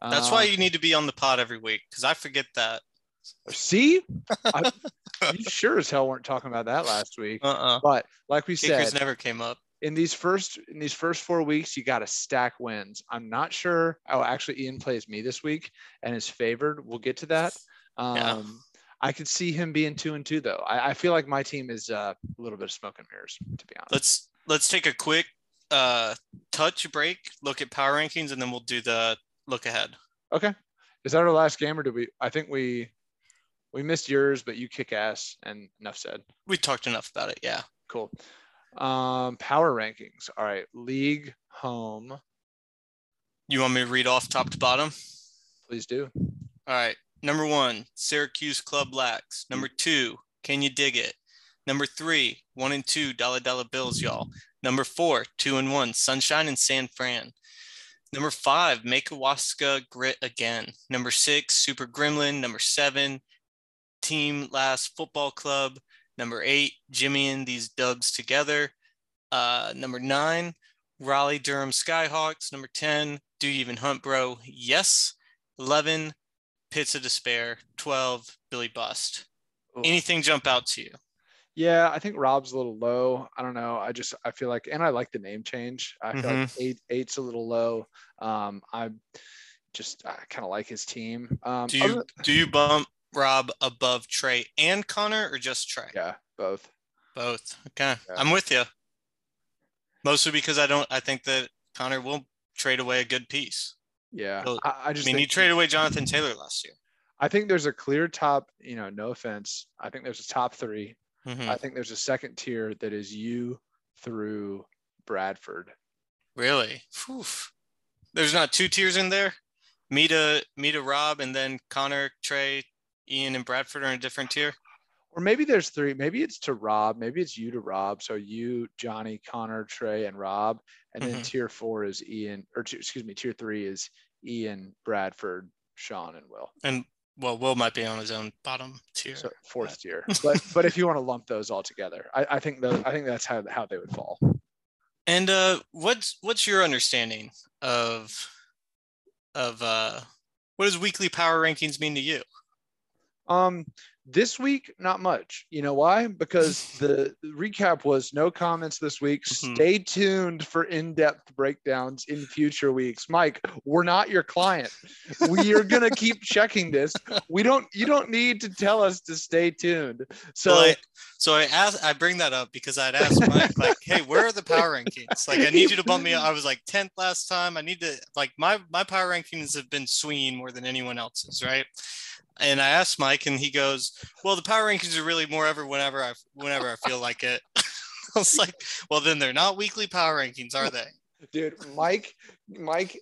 S2: That's why
S1: Um,
S2: you need to be on the pod every week because I forget that.
S1: see. I, you sure as hell weren't talking about that last week.
S2: Uh uh
S1: But like we
S2: Kickers
S1: said,
S2: never came up.
S1: in these first in these first four weeks, you got to stack wins. I'm not sure. Oh, actually, Ian plays me this week and is favored. We'll get to that. Um,
S2: Yeah.
S1: I could see him being two and two though. I, I feel like my team is uh, a little bit of smoke and mirrors, to be honest.
S2: Let's let's take a quick uh touch break, look at power rankings, and then we'll do the look ahead.
S1: okay, is that our last game, or do we? I think we we missed yours, but you kick ass, and enough said.
S2: We talked enough about it. Yeah.
S1: Cool. Um, power rankings. All right, league home.
S2: You want me to read off top to bottom?
S1: Please do.
S2: All right. Number one, Syracuse Club Lax. Number two, Can You Dig It? Number three, one and two, Dollar Dollar Bills, y'all. Number four, two and one, Sunshine and San Fran. Number five, Makawaska Grit Again. Number six, Super Gremlin. Number seven, Team Last Football Club. Number eight, Jimmy and These Dubs Together. Uh, number nine, Raleigh Durham Skyhawks. Number 10, Do You Even Hunt Bro? Yes. 11, Pits of Despair. 12, Billy Bust.
S1: Cool.
S2: Anything jump out to you?
S1: Yeah, I think Rob's a little low. I don't know. I just I feel like, and I like the name change. I feel like
S2: Mm-hmm.
S1: eight eight's a little low. Um, I just I kind of like his team. Um,
S2: Do you
S1: other-
S2: do you bump Rob above Trey and Connor or just Trey?
S1: yeah, both.
S2: Both. Okay.
S1: Yeah.
S2: I'm with you. Mostly because I don't I think that Connor will trade away a good piece.
S1: Yeah,
S2: So,
S1: I, I
S2: I
S1: just
S2: mean, he
S1: think,
S2: traded away Jonathan Taylor last year.
S1: I think there's a clear top. You know, no offense. I think there's a top three.
S2: Mhm.
S1: I think there's a second tier that is you through Bradford.
S2: Really? Phew. There's not two tiers in there. Me to me to Rob, and then Connor, Trey, Ian, and Bradford are in a different tier.
S1: Or maybe there's three. Maybe it's to Rob. Maybe it's you to Rob. So you, Johnny, Connor, Trey, and Rob. And then
S2: Mhm.
S1: tier four is Ian, or tier- excuse me, tier three is Ian, Bradford, Sean, and Will.
S2: And well, Will might be on his own bottom tier.
S1: So fourth tier. But but if you want to lump those all together, I, I think those, I think that's how how they would fall.
S2: And uh, what's what's your understanding of of uh, what does weekly power rankings mean to you?
S1: Um, this week, not much. You know why? Because the recap was no comments this week.
S2: Mhm.
S1: Stay tuned for in-depth breakdowns in future weeks. Mike, we're not your client. We are gonna keep checking this. We don't. You don't need to tell us to stay tuned. So
S2: Well, I- so I asked, I bring that up because I'd asked Mike, like, "Hey, where are the power rankings? Like, I need you to bump me up." I was like tenth last time. I need to like my my power rankings have been swinging more than anyone else's, right? And I asked Mike, and he goes, "Well, the power rankings are really more ever whenever I whenever I feel like it." I was like, "Well, then they're not weekly power rankings, are they?"
S1: dude, Mike, Mike.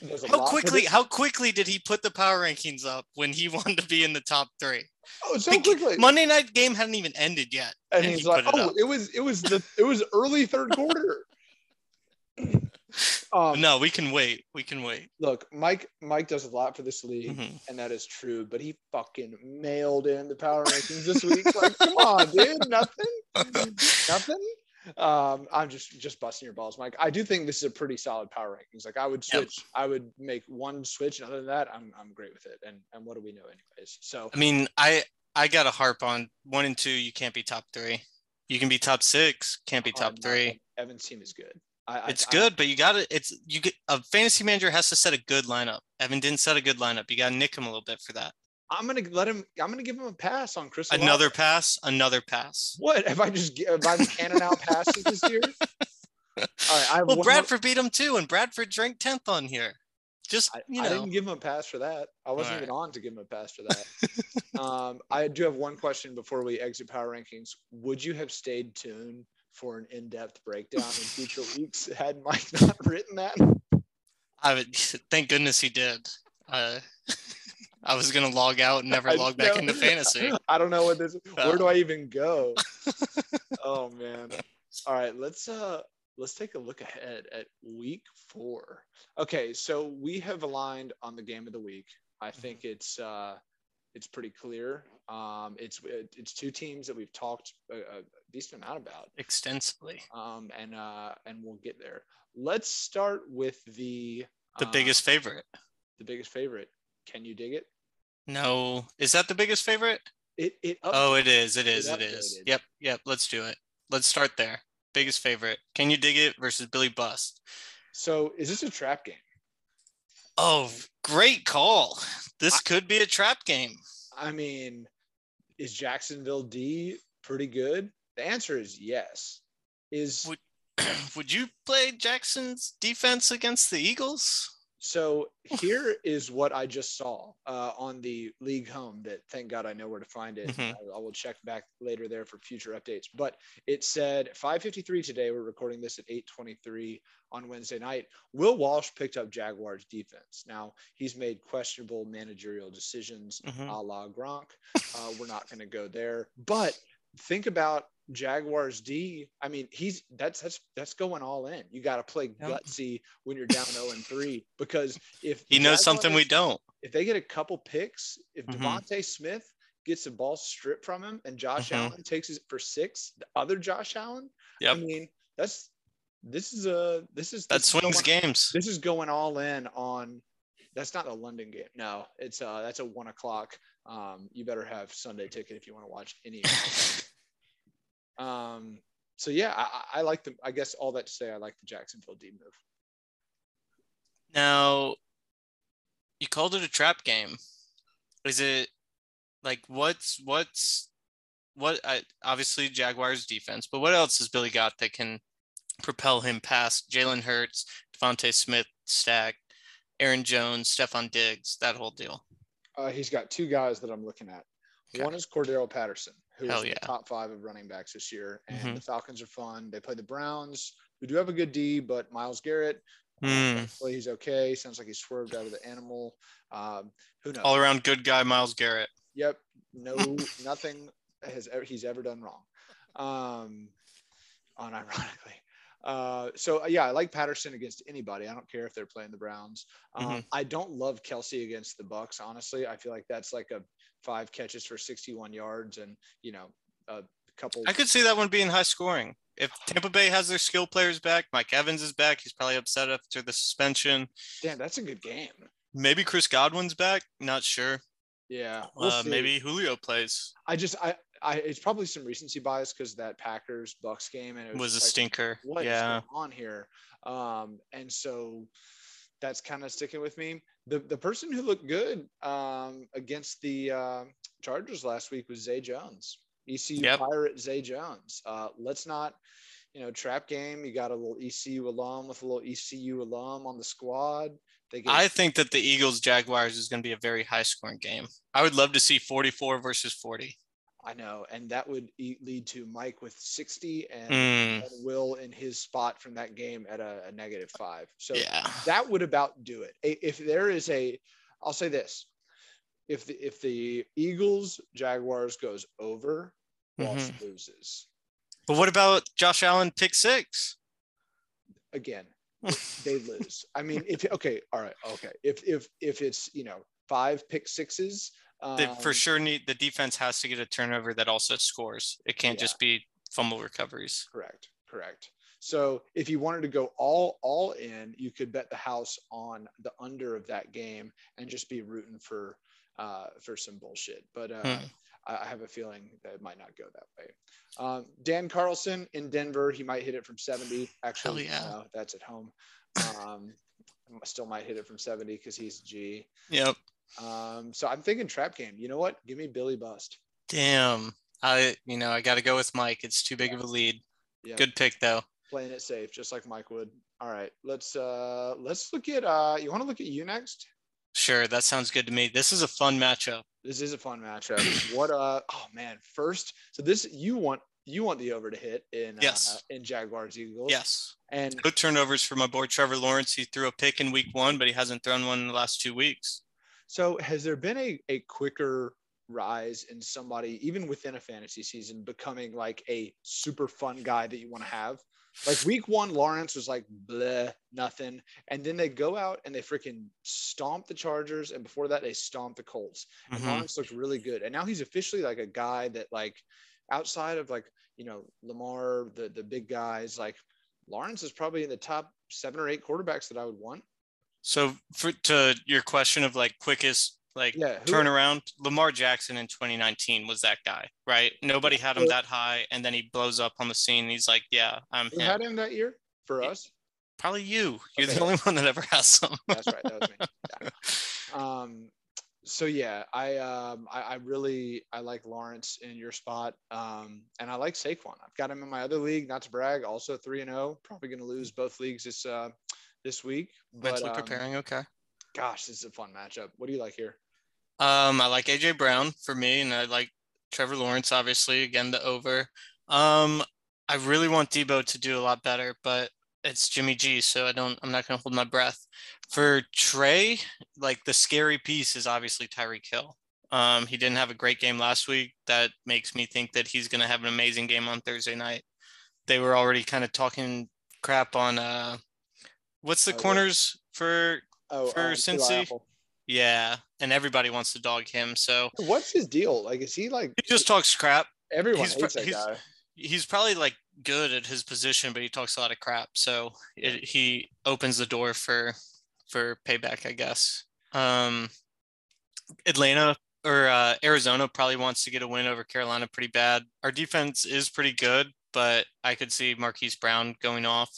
S1: does a
S2: How
S1: lot for
S2: quickly
S1: this-
S2: how quickly did he put the power rankings up when he wanted to be in the top three?
S1: Oh, so
S2: Big-
S1: quickly.
S2: Monday night game hadn't even ended yet.
S1: and
S2: and
S1: he's
S2: he
S1: like,
S2: put it
S1: "Oh,
S2: up.
S1: it was it was the it was early third quarter." um,
S2: no, we can wait. We can wait.
S1: Look, Mike Mike does a lot for this league,
S2: Mhm.
S1: and that is true. But he fucking mailed in the power rankings this week. Like, come on, dude, nothing, nothing. Um, I'm just just busting your balls, Mike. I do think this is a pretty solid power rankings. Like, I would
S2: Yep.
S1: switch. I would make one switch, and other than that, I'm I'm great with it. And and what do we know, anyways? So
S2: I mean, I I gotta harp on one and two. You can't be top three. You can be top six. Can't be top
S1: um,
S2: three.
S1: Evan's team is good. I,
S2: It's
S1: I,
S2: good, but you gotta. It's you get a fantasy manager has to set a good lineup. Evan didn't set a good lineup. You gotta nick him a little bit for that.
S1: I, am gonna let him. I'm gonna give him a pass on Chris. Olave.
S2: Another pass. Another pass.
S1: What have I just have I been canning out passes this year? All right, I have
S2: Well,
S1: one more-
S2: Bradford beat him too, and Bradford drank tenth on here. Just
S1: I,
S2: you
S1: I
S2: know.
S1: didn't give him a pass for that. I wasn't
S2: Alright.
S1: even on to give him a pass for that. um, I do have one question before we exit power rankings. Would you have stayed tuned for an in-depth breakdown in future weeks had Mike not written that?
S2: I would thank goodness he did. Uh, I was gonna log out and never
S1: I
S2: log back
S1: know.
S2: into fantasy.
S1: I don't know what this.
S2: Uh.
S1: Where do I even go? oh man! All right, let's uh let's take a look ahead at week four. Okay, so we have aligned on the game of the week. I
S2: Mm-hmm.
S1: think it's uh it's pretty clear. Um, it's it's two teams that we've talked a, a decent amount about
S2: Extensively,
S1: um, and uh, and we'll get there. Let's start with the
S2: the
S1: uh,
S2: biggest favorite.
S1: the biggest favorite. Can you dig it?
S2: No, is that the biggest favorite?
S1: It it up-
S2: Oh, it is. It is. It
S1: it
S2: is.
S1: updated.
S2: Yep. Yep. Let's do it. Let's start there. Biggest favorite. Can you dig it versus Billy Bust?
S1: so is this a trap game?
S2: Oh, great call. This could be a trap game.
S1: I mean, is Jacksonville D pretty good? The answer is yes. Is
S2: Would- Would you play Jackson's defense against the Eagles?
S1: so here is what I just saw uh, on the league home that thank God I know where to find it.
S2: Mhm.
S1: I, I will check back later there for future updates. But it said 5:53 today. We're recording this at 8:23 on Wednesday night. Will Walsh picked up Jaguars defense. Now he's made questionable managerial decisions
S2: Mhm.
S1: a la Gronk. Uh, we're not going to go there. But think about Jaguars D. I mean, he's that's that's that's going all in. You got to play gutsy when you're down 0 and 3 because if
S2: He
S1: the
S2: knows something we
S1: Jaguars-
S2: don't.
S1: If they get a couple picks, if
S2: Mhm.
S1: Devontae Smith gets the ball stripped from him and Josh
S2: Mhm.
S1: Allen takes it for six, the other Josh Allen.
S2: Yep.
S1: I mean, that's this is a this is
S2: That
S1: this is
S2: swings
S1: going-
S2: games.
S1: this is going all in on. That's not the London game. No, it's uh that's a one o'clock. Um, you better have Sunday ticket if you want to watch any. of it. um, so yeah, I, I- I like the. I guess all that to say, I like the Jacksonville D move.
S2: Now, you called it a trap game. Is it like what's what's what? I, obviously, Jaguars defense, but what else has Billy got that can propel him past Jalen Hurts, Devontae Smith, Stack, Aaron Jones, Stephon Diggs, that whole deal?
S1: Uh, he's got two guys that I'm looking at.
S2: Okay.
S1: One is Cordero Patterson, who's
S2: Hell
S1: in
S2: yeah.
S1: the top five of running backs this year. And
S2: Mhm.
S1: the Falcons are fun. They play the Browns, who do have a good D, but Miles Garrett,
S2: Mm.
S1: hopefully he's okay. Sounds like he swerved out of the animal. Um, who knows?
S2: All around good guy, Miles Garrett.
S1: Yep. No, nothing has ever, he's ever done wrong. Um, unironically. Uh, so uh, yeah, I like Patterson against anybody. I don't care if they're playing the Browns. Um,
S2: Mhm.
S1: I don't love Kelsey against the Bucks. Honestly, I feel like that's like a five catches for 61 yards and you know a couple.
S2: I could see that one being high scoring. If Tampa Bay has their skill players back, Mike Evans is back. He's probably upset after the suspension.
S1: Damn, that's a good game.
S2: Maybe Chris Godwin's back. Not sure.
S1: Yeah, we'll
S2: uh,
S1: see.
S2: maybe Julio plays.
S1: I just I, I it's probably some recency bias because that Packers Bucks game and it was,
S2: Was a
S1: just like,
S2: stinker.
S1: what is
S2: yeah.
S1: going on here? Um, and so that's kind of sticking with me. The the person who looked good um, against the uh, Chargers last week was Zay Jones, E ECU
S2: Yep.
S1: Pirate Zay Jones. Uh, let's not, you know, trap game. You got a little ECU alum with a little ECU alum on the squad. They get,
S2: I think that the Eagles Jaguars is going to be a very high scoring game. I would love to see 44 versus 40.
S1: I know, and that would e- lead to Mike with sixty and.
S2: Mm,
S1: and Will in his spot from that game at a, a negative five. So
S2: yeah.
S1: that would about do it. I- If there is a, I'll say this: if the if the Eagles Jaguars goes over, Walsh loses
S2: Mm-hmm. But what about Josh Allen pick six?
S1: again. They lose. I mean, if okay, all right, okay. If if if it's you know five pick sixes, um,
S2: They for sure need the defense has to get a turnover that also scores. It can't
S1: Yeah.
S2: just be fumble recoveries.
S1: Correct. Correct. So if you wanted to go all all in, you could bet the house on the under of that game and just be rooting for uh, for some bullshit. But uh,
S2: Hmm.
S1: I, I have a feeling that it might not go that way. Um, Dan Carlson in Denver, he might hit it from 70. Actually,
S2: yeah.
S1: no, that's at home. Um, still might hit it from 70 because he's G.
S2: Yep.
S1: Um, so I'm thinking trap game. You know what? Give me Billy Bust.
S2: Damn. I you know, I gotta go with Mike. It's too big of a lead.
S1: Yeah.
S2: Good pick though.
S1: playing it safe, just like Mike would. All right, let's uh let's look at uh you want to look at you next.
S2: Sure, that sounds good to me. This is a fun matchup.
S1: This is a fun matchup. what uh oh man, first so this you want you want the over to hit in
S2: Yes.
S1: uh, in Jaguars Eagles.
S2: Yes.
S1: And
S2: No turnovers for my boy Trevor Lawrence. He threw a pick in week one, but he hasn't thrown one in the last two weeks.
S1: so has there been a a quicker rise in somebody even within a fantasy season becoming like a super fun guy that you want to have? Like week one, Lawrence was like bleh, nothing. And then they go out and they freaking stomp the Chargers. And before that, they stomp the Colts. and
S2: Mhm.
S1: Lawrence looked really good. And now he's officially like a guy that like outside of like, you know, Lamar, the the big guys, like Lawrence is probably in the top seven or eight quarterbacks that I would want.
S2: So for to your question of like quickest like
S1: Yeah. who-
S2: turnaround, Lamar Jackson in 2019 was that guy, right? Nobody had him
S1: Yeah.
S2: that high, and then he blows up on the scene. And he's like, "Yeah, I'm
S1: Who
S2: him."
S1: had him that year for
S2: Yeah.
S1: us?
S2: Probably you. You're
S1: Okay.
S2: the only one that ever has him.
S1: That's right. That was me. Yeah. Um so yeah, I um I, I really I like Lawrence in your spot. Um and I like Saquon. I've got him in my other league, not to brag, also three and oh, probably gonna lose both leagues this uh this week. But
S2: Mentally
S1: um,
S2: preparing. Okay.
S1: gosh, this is a fun matchup. What do you like here?
S2: Um, I like AJ Brown for me, and I like Trevor Lawrence, obviously. Again, the over. Um, I really want Debo to do a lot better, but it's Jimmy G, so I don't. I'm not gonna hold my breath. For Trey, like the scary piece is obviously Tyreek Hill. Um, he didn't have a great game last week. That makes me think that he's gonna have an amazing game on Thursday night. They were already kind of talking crap on uh, what's the
S1: Oh, yeah.
S2: corners for?
S1: Oh,
S2: for
S1: Eli
S2: Cincy?
S1: Apple.
S2: Yeah, and everybody wants to dog him. So
S1: What's his deal? Like, is he like
S2: he just talks crap.
S1: everyone
S2: he's-
S1: hates that
S2: he's-
S1: guy?
S2: he's probably like good at his position, but he talks a lot of crap. So it, he opens the door for for payback, I guess. Um, Atlanta or uh, Arizona probably wants to get a win over Carolina pretty bad. Our defense is pretty good, but I could see Marquise Brown going off.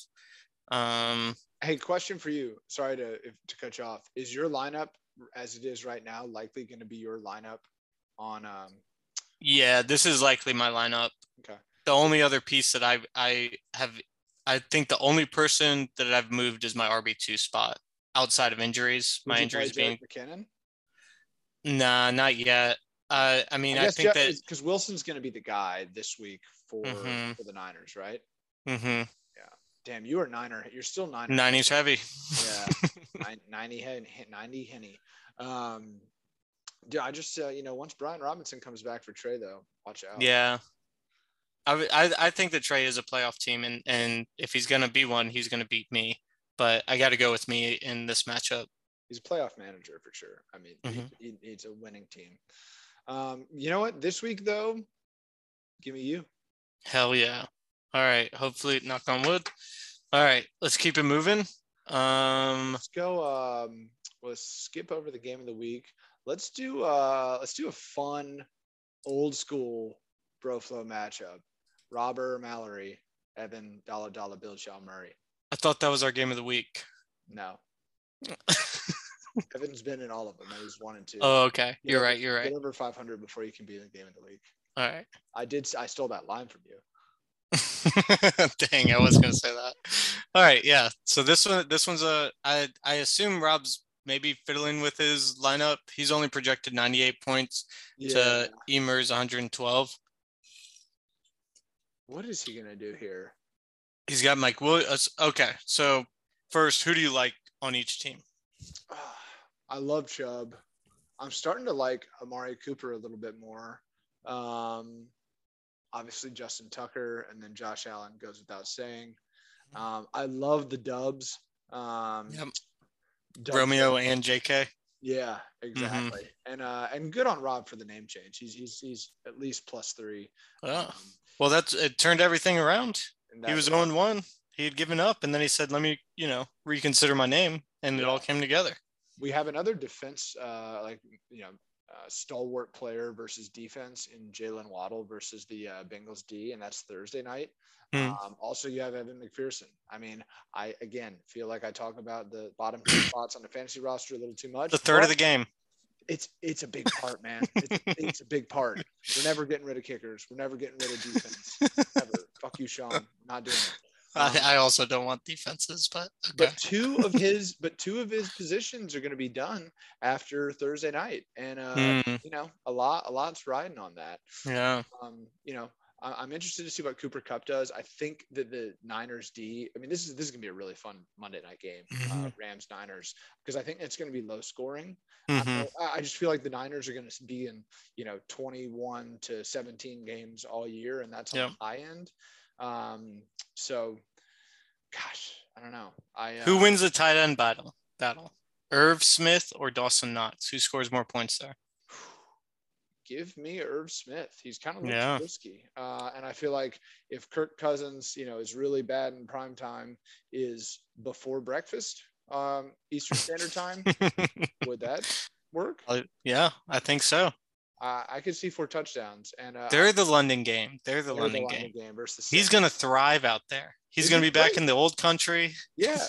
S2: Um,
S1: Hey, question for you. Sorry to if, to cut you off. Is your lineup as it is right now likely going to be your lineup on? Um,
S2: Yeah, this is likely my lineup.
S1: Okay.
S2: The only other piece that I I have I think the only person that I've moved is my RB2 spot outside of injuries.
S1: would
S2: My
S1: you play
S2: injuries being
S1: Jarek McKinnon.
S2: nah, not yet. Uh, I mean,
S1: I
S2: I,
S1: guess
S2: think that.
S1: because Wilson's going to be the guy this week for
S2: Mhm.
S1: for the Niners, right?
S2: Mhm.
S1: Damn, you are Niner. You're still Niner.
S2: Nineties heavy.
S1: Yeah, Nine- ninety hen, hen- ninety henny. Um, dude, I just uh, you know once Brian Robinson comes back for Trey though, watch out.
S2: Yeah. I, w- I, I think that Trey is a playoff team, and, and if he's going to be one, he's going to beat me. But I got to go with me in this matchup.
S1: he's a playoff manager for sure. I mean, he-
S2: Mhm.
S1: he, needs a winning team. Um, you know what? This week though, give me you.
S2: Hell yeah. All right. Hopefully, knock on wood. All right. Let's keep it moving. Um,
S1: Let's go. Um, let's skip over the game of the week. Let's do. Uh, let's do a fun, old school bro flow matchup. Robert Mallory, Evan Dollar Dollar Bill Shaw Murray.
S2: I thought that was our game of the week.
S1: No. Evan's been in all of them. and He's one and two.
S2: Oh, okay.
S1: Get
S2: You're
S1: over-
S2: right. You're right.
S1: Get over 500 before you can be in the game of the week.
S2: All right.
S1: I did. I stole that line from you.
S2: Dang, I was gonna say that. All right, yeah. So this one, this one's a. I I assume Rob's maybe fiddling with his lineup. He's only projected 98 points to Emer's 112.
S1: What is he gonna do here?
S2: He's got Mike Williams. Okay, so first, who do you like on each team?
S1: I love Chubb. I'm starting to like Amari Cooper a little bit more. Um, obviously Justin Tucker and then Josh Allen goes without saying. Um, I love the Dubs. Um,
S2: Mm-hmm. Yep.
S1: Dubs-
S2: Romeo and JK.
S1: Yeah,
S2: Mm-hmm.
S1: exactly. And uh, and good on Rob for the name change. He's he's, he's at least plus three.
S2: Oh,
S1: Um,
S2: well, that's it. Turned everything around.
S1: and
S2: He
S1: that-
S2: was 0 1. He had given up, and then he said, "Let me, you know, reconsider my name," and it all came together.
S1: we have another defense, uh, like you know, uh, stalwart player versus defense in Jalen Waddle versus the uh, Bengals D, and that's Thursday night.
S2: Hmm.
S1: Um, also, you have Evan McPherson. I mean, I again feel like I talk about the bottom two spots on the fantasy roster a little too much.
S2: The third of
S1: but
S2: the game.
S1: it's it's a big part, man. It's, it's a big part. We're never getting rid of kickers. We're never getting rid of defense. Ever. Fuck you, Sean. Not doing it.
S2: I,
S1: Um,
S2: I also don't want defenses, but okay.
S1: but two of his but two of his positions are going to be done after Thursday night, and uh,
S2: Mm,
S1: you know a lot a lot's riding on that.
S2: yeah.
S1: Um, you know I, I'm interested to see what Cooper Cup does. I think that the Niners D. I mean this is this is going to be a really fun Monday night game, uh,
S2: Mhm.
S1: Rams Niners, because I think it's going to be low scoring.
S2: hmm
S1: I, I just feel like the Niners are going to be in, you know, 21 to 17 games all year, and that's on
S2: Yep.
S1: the high end. Um, so, gosh, I don't know. I uh,
S2: Who wins the tight end battle? Battle. Irv Smith or Dawson Knox? Who scores more points there?
S1: Give me Irv Smith. He's kind of looks
S2: Yeah.
S1: risky, uh, and I feel like if Kirk Cousins, you know, is really bad in prime time, is before breakfast um, Eastern Standard Time, would that work?
S2: Uh, yeah, I think so.
S1: Uh, I could see four touchdowns, and uh,
S2: They're the London game. They're the
S1: they're the
S2: London
S1: London
S2: game.
S1: game versus the
S2: He's
S1: Saints.
S2: gonna thrive out there. He's
S1: He'd
S2: gonna
S1: be
S2: be back
S1: great.
S2: in the old country.
S1: Yeah.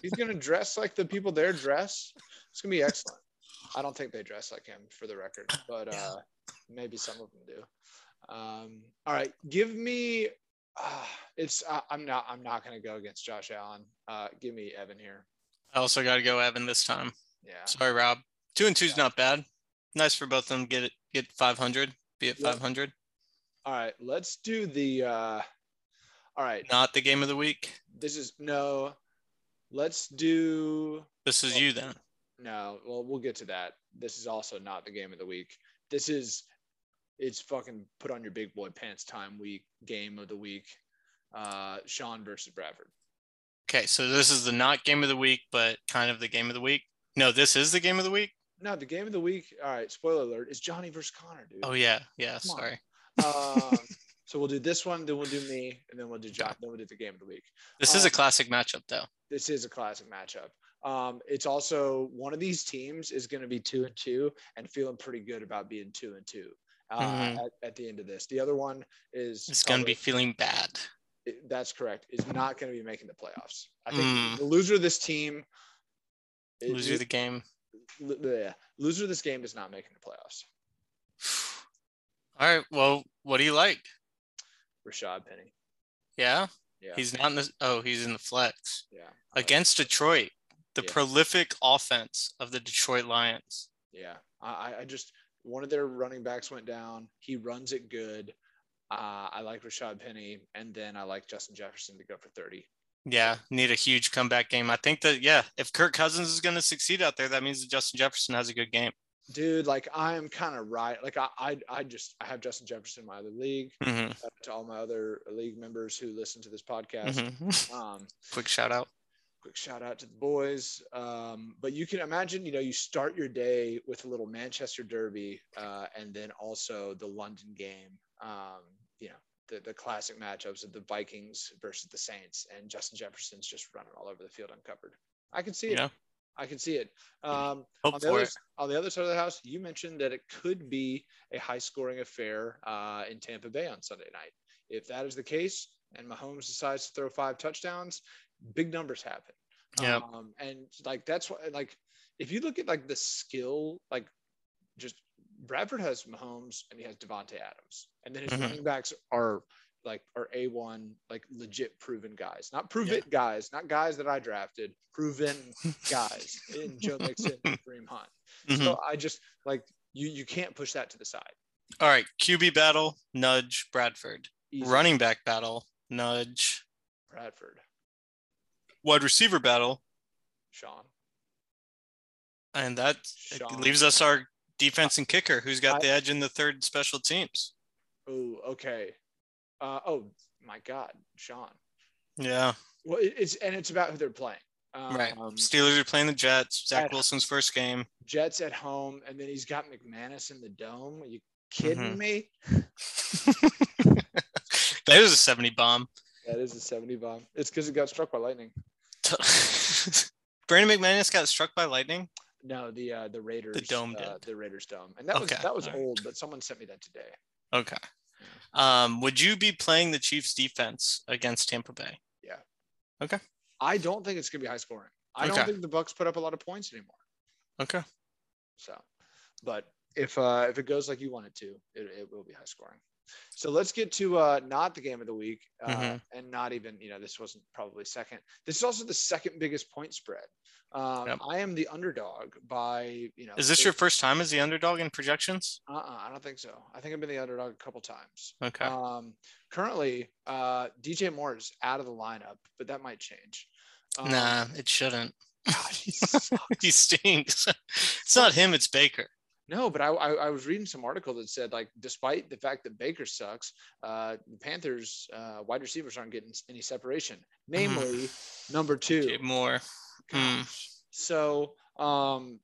S1: He's going to dress like the people there dress. It's going to be excellent. I don't think they dress like him for the record, but
S2: Yeah.
S1: uh, maybe some of them do. Um, all right. Give me. Uh, it's I I'm not I'm not gonna go against Josh Allen. Uh, give me Evan here.
S2: I also got to go Evan this time.
S1: Yeah,
S2: Sorry, Rob. Two and two's not bad. Nice for both of them. Get it. Get five hundred. Be at
S1: Yeah.
S2: five hundred.
S1: All right. Let's do the. Uh, all right.
S2: Not the game of the week.
S1: This is no. Let's do
S2: This is
S1: Well,
S2: you then.
S1: No, well, we'll get to that. This is also not the game of the week. This is it's fucking put on your big boy pants time week game of the week. Uh, Sean versus Bradford.
S2: Okay, so this is the not game of the week, but kind of the game of the week. No, this is the game of the week.
S1: No, the game of the week. All right, spoiler alert is Johnny versus Connor, dude.
S2: Oh yeah, yeah.
S1: Come on.
S2: Sorry,
S1: um, so we'll do this one, then we'll do me, and then we'll do John. Then we'll do the game of the week.
S2: this is a
S1: Um,
S2: classic matchup though.
S1: This is a classic matchup. Um, it's also one of these teams is going to be two and two and feeling pretty good about being two and two uh,
S2: Mhm.
S1: at, at the end of this. The other one is
S2: It's gonna
S1: probably-
S2: be feeling bad.
S1: it- that's correct, is not going to be making the playoffs. I think
S2: Mm.
S1: the loser of this team, it-
S2: Loser of the game.
S1: l- bleh. loser of this game is not making the playoffs.
S2: All right. Well, what do you like?
S1: Rashad Penny.
S2: Yeah,
S1: Yeah.
S2: he's not in the. Oh, he's in the flex
S1: yeah. I like-
S2: against Detroit, the
S1: Yeah.
S2: prolific offense of the Detroit Lions.
S1: Yeah. I, I- I just, One of their running backs went down. He runs it good. Uh, I like Rashad Penny, and then I like Justin Jefferson to go for 30.
S2: Yeah, need a huge comeback game. I think that yeah, if Kirk Cousins is going to succeed out there, that means that Justin Jefferson has a good game.
S1: Dude, like I'm kind of right. Like I, I, I just I have Justin Jefferson in my other league.
S2: Mhm,
S1: Shout out to all my other league members who listen to this podcast.
S2: mhm.
S1: Um,
S2: Quick shout out.
S1: quick shout out to the boys. Um, but you can imagine, you know, you start your day with a little Manchester Derby uh, and then also the London game, um, you know, the, the classic matchups of the Vikings versus the Saints. And Justin Jefferson's just running all over the field uncovered. I can see it.
S2: Yeah.
S1: I can see it. Um, on
S2: Hope
S1: the,
S2: for
S1: other,
S2: it.
S1: on the other side of the house, you mentioned that it could be a high scoring affair uh, in Tampa Bay on Sunday night. If that is the case, and Mahomes decides to throw five touchdowns, big numbers happen.
S2: Yeah.
S1: Um, and like that's why, like, if you look at like the skill, like, just Bradford has Mahomes and he has Devonte Adams, and then his
S2: Mhm.
S1: running backs are like are a one like legit proven guys, not prove
S2: Yeah.
S1: it guys, not guys that I drafted, proven guys in Joe Mixon and Kareem Hunt.
S2: Mhm.
S1: So I just like you you can't push that to the side.
S2: All right, QB battle, nudge Bradford.
S1: Easy.
S2: Running back battle, nudge.
S1: Bradford,
S2: Wide receiver battle,
S1: Sean.
S2: and that
S1: Sean.
S2: leaves us our defense and kicker, who's got
S1: I-
S2: the edge in the third special teams.
S1: Oh, okay. Uh, oh my God, Sean.
S2: Yeah,
S1: Well, it, it's and it's about who they're playing. Um,
S2: right. Steelers are playing the Jets. Zach
S1: at-
S2: Wilson's first game.
S1: Jets at home, and then he's got McManus in the dome. Are you kidding
S2: Mhm.
S1: me?
S2: That was a 70 bomb.
S1: That is a seventy bomb. It's because it got struck by lightning.
S2: Brandon McManus got struck by lightning.
S1: No, the uh, the Raiders
S2: dome
S1: uh,
S2: did.
S1: the Raiders dome, and that was
S2: Okay,
S1: that was
S2: all right.
S1: old, but someone sent me that today.
S2: Okay. Um, would you be playing the Chiefs defense against Tampa Bay?
S1: I don't think it's gonna be high scoring. I don't
S2: Okay.
S1: think the Bucks put up a lot of points anymore.
S2: Okay.
S1: So, but if uh, if it goes like you want it to, it, it will be high scoring. So let's get to uh, not the game of the week, uh,
S2: Mhm.
S1: and not even you know this wasn't probably second. This is also the second biggest point spread. Um,
S2: Yep.
S1: I am the underdog by you know.
S2: Is this
S1: eight-
S2: your first time as the underdog in projections?
S1: Uh-uh, I don't think so. I think I've been the underdog a couple times.
S2: Okay.
S1: Um, currently, uh, DJ Moore is out of the lineup, but that might change. Um,
S2: nah, it shouldn't.
S1: God, he sucks.
S2: He stinks. it's not him, it's Baker.
S1: No, but I, I, I was reading some article that said like, despite the fact that Baker sucks, uh, the Panthers uh, wide receivers aren't getting any separation, namely number two.
S2: Jay Moore. Hmm.
S1: So um,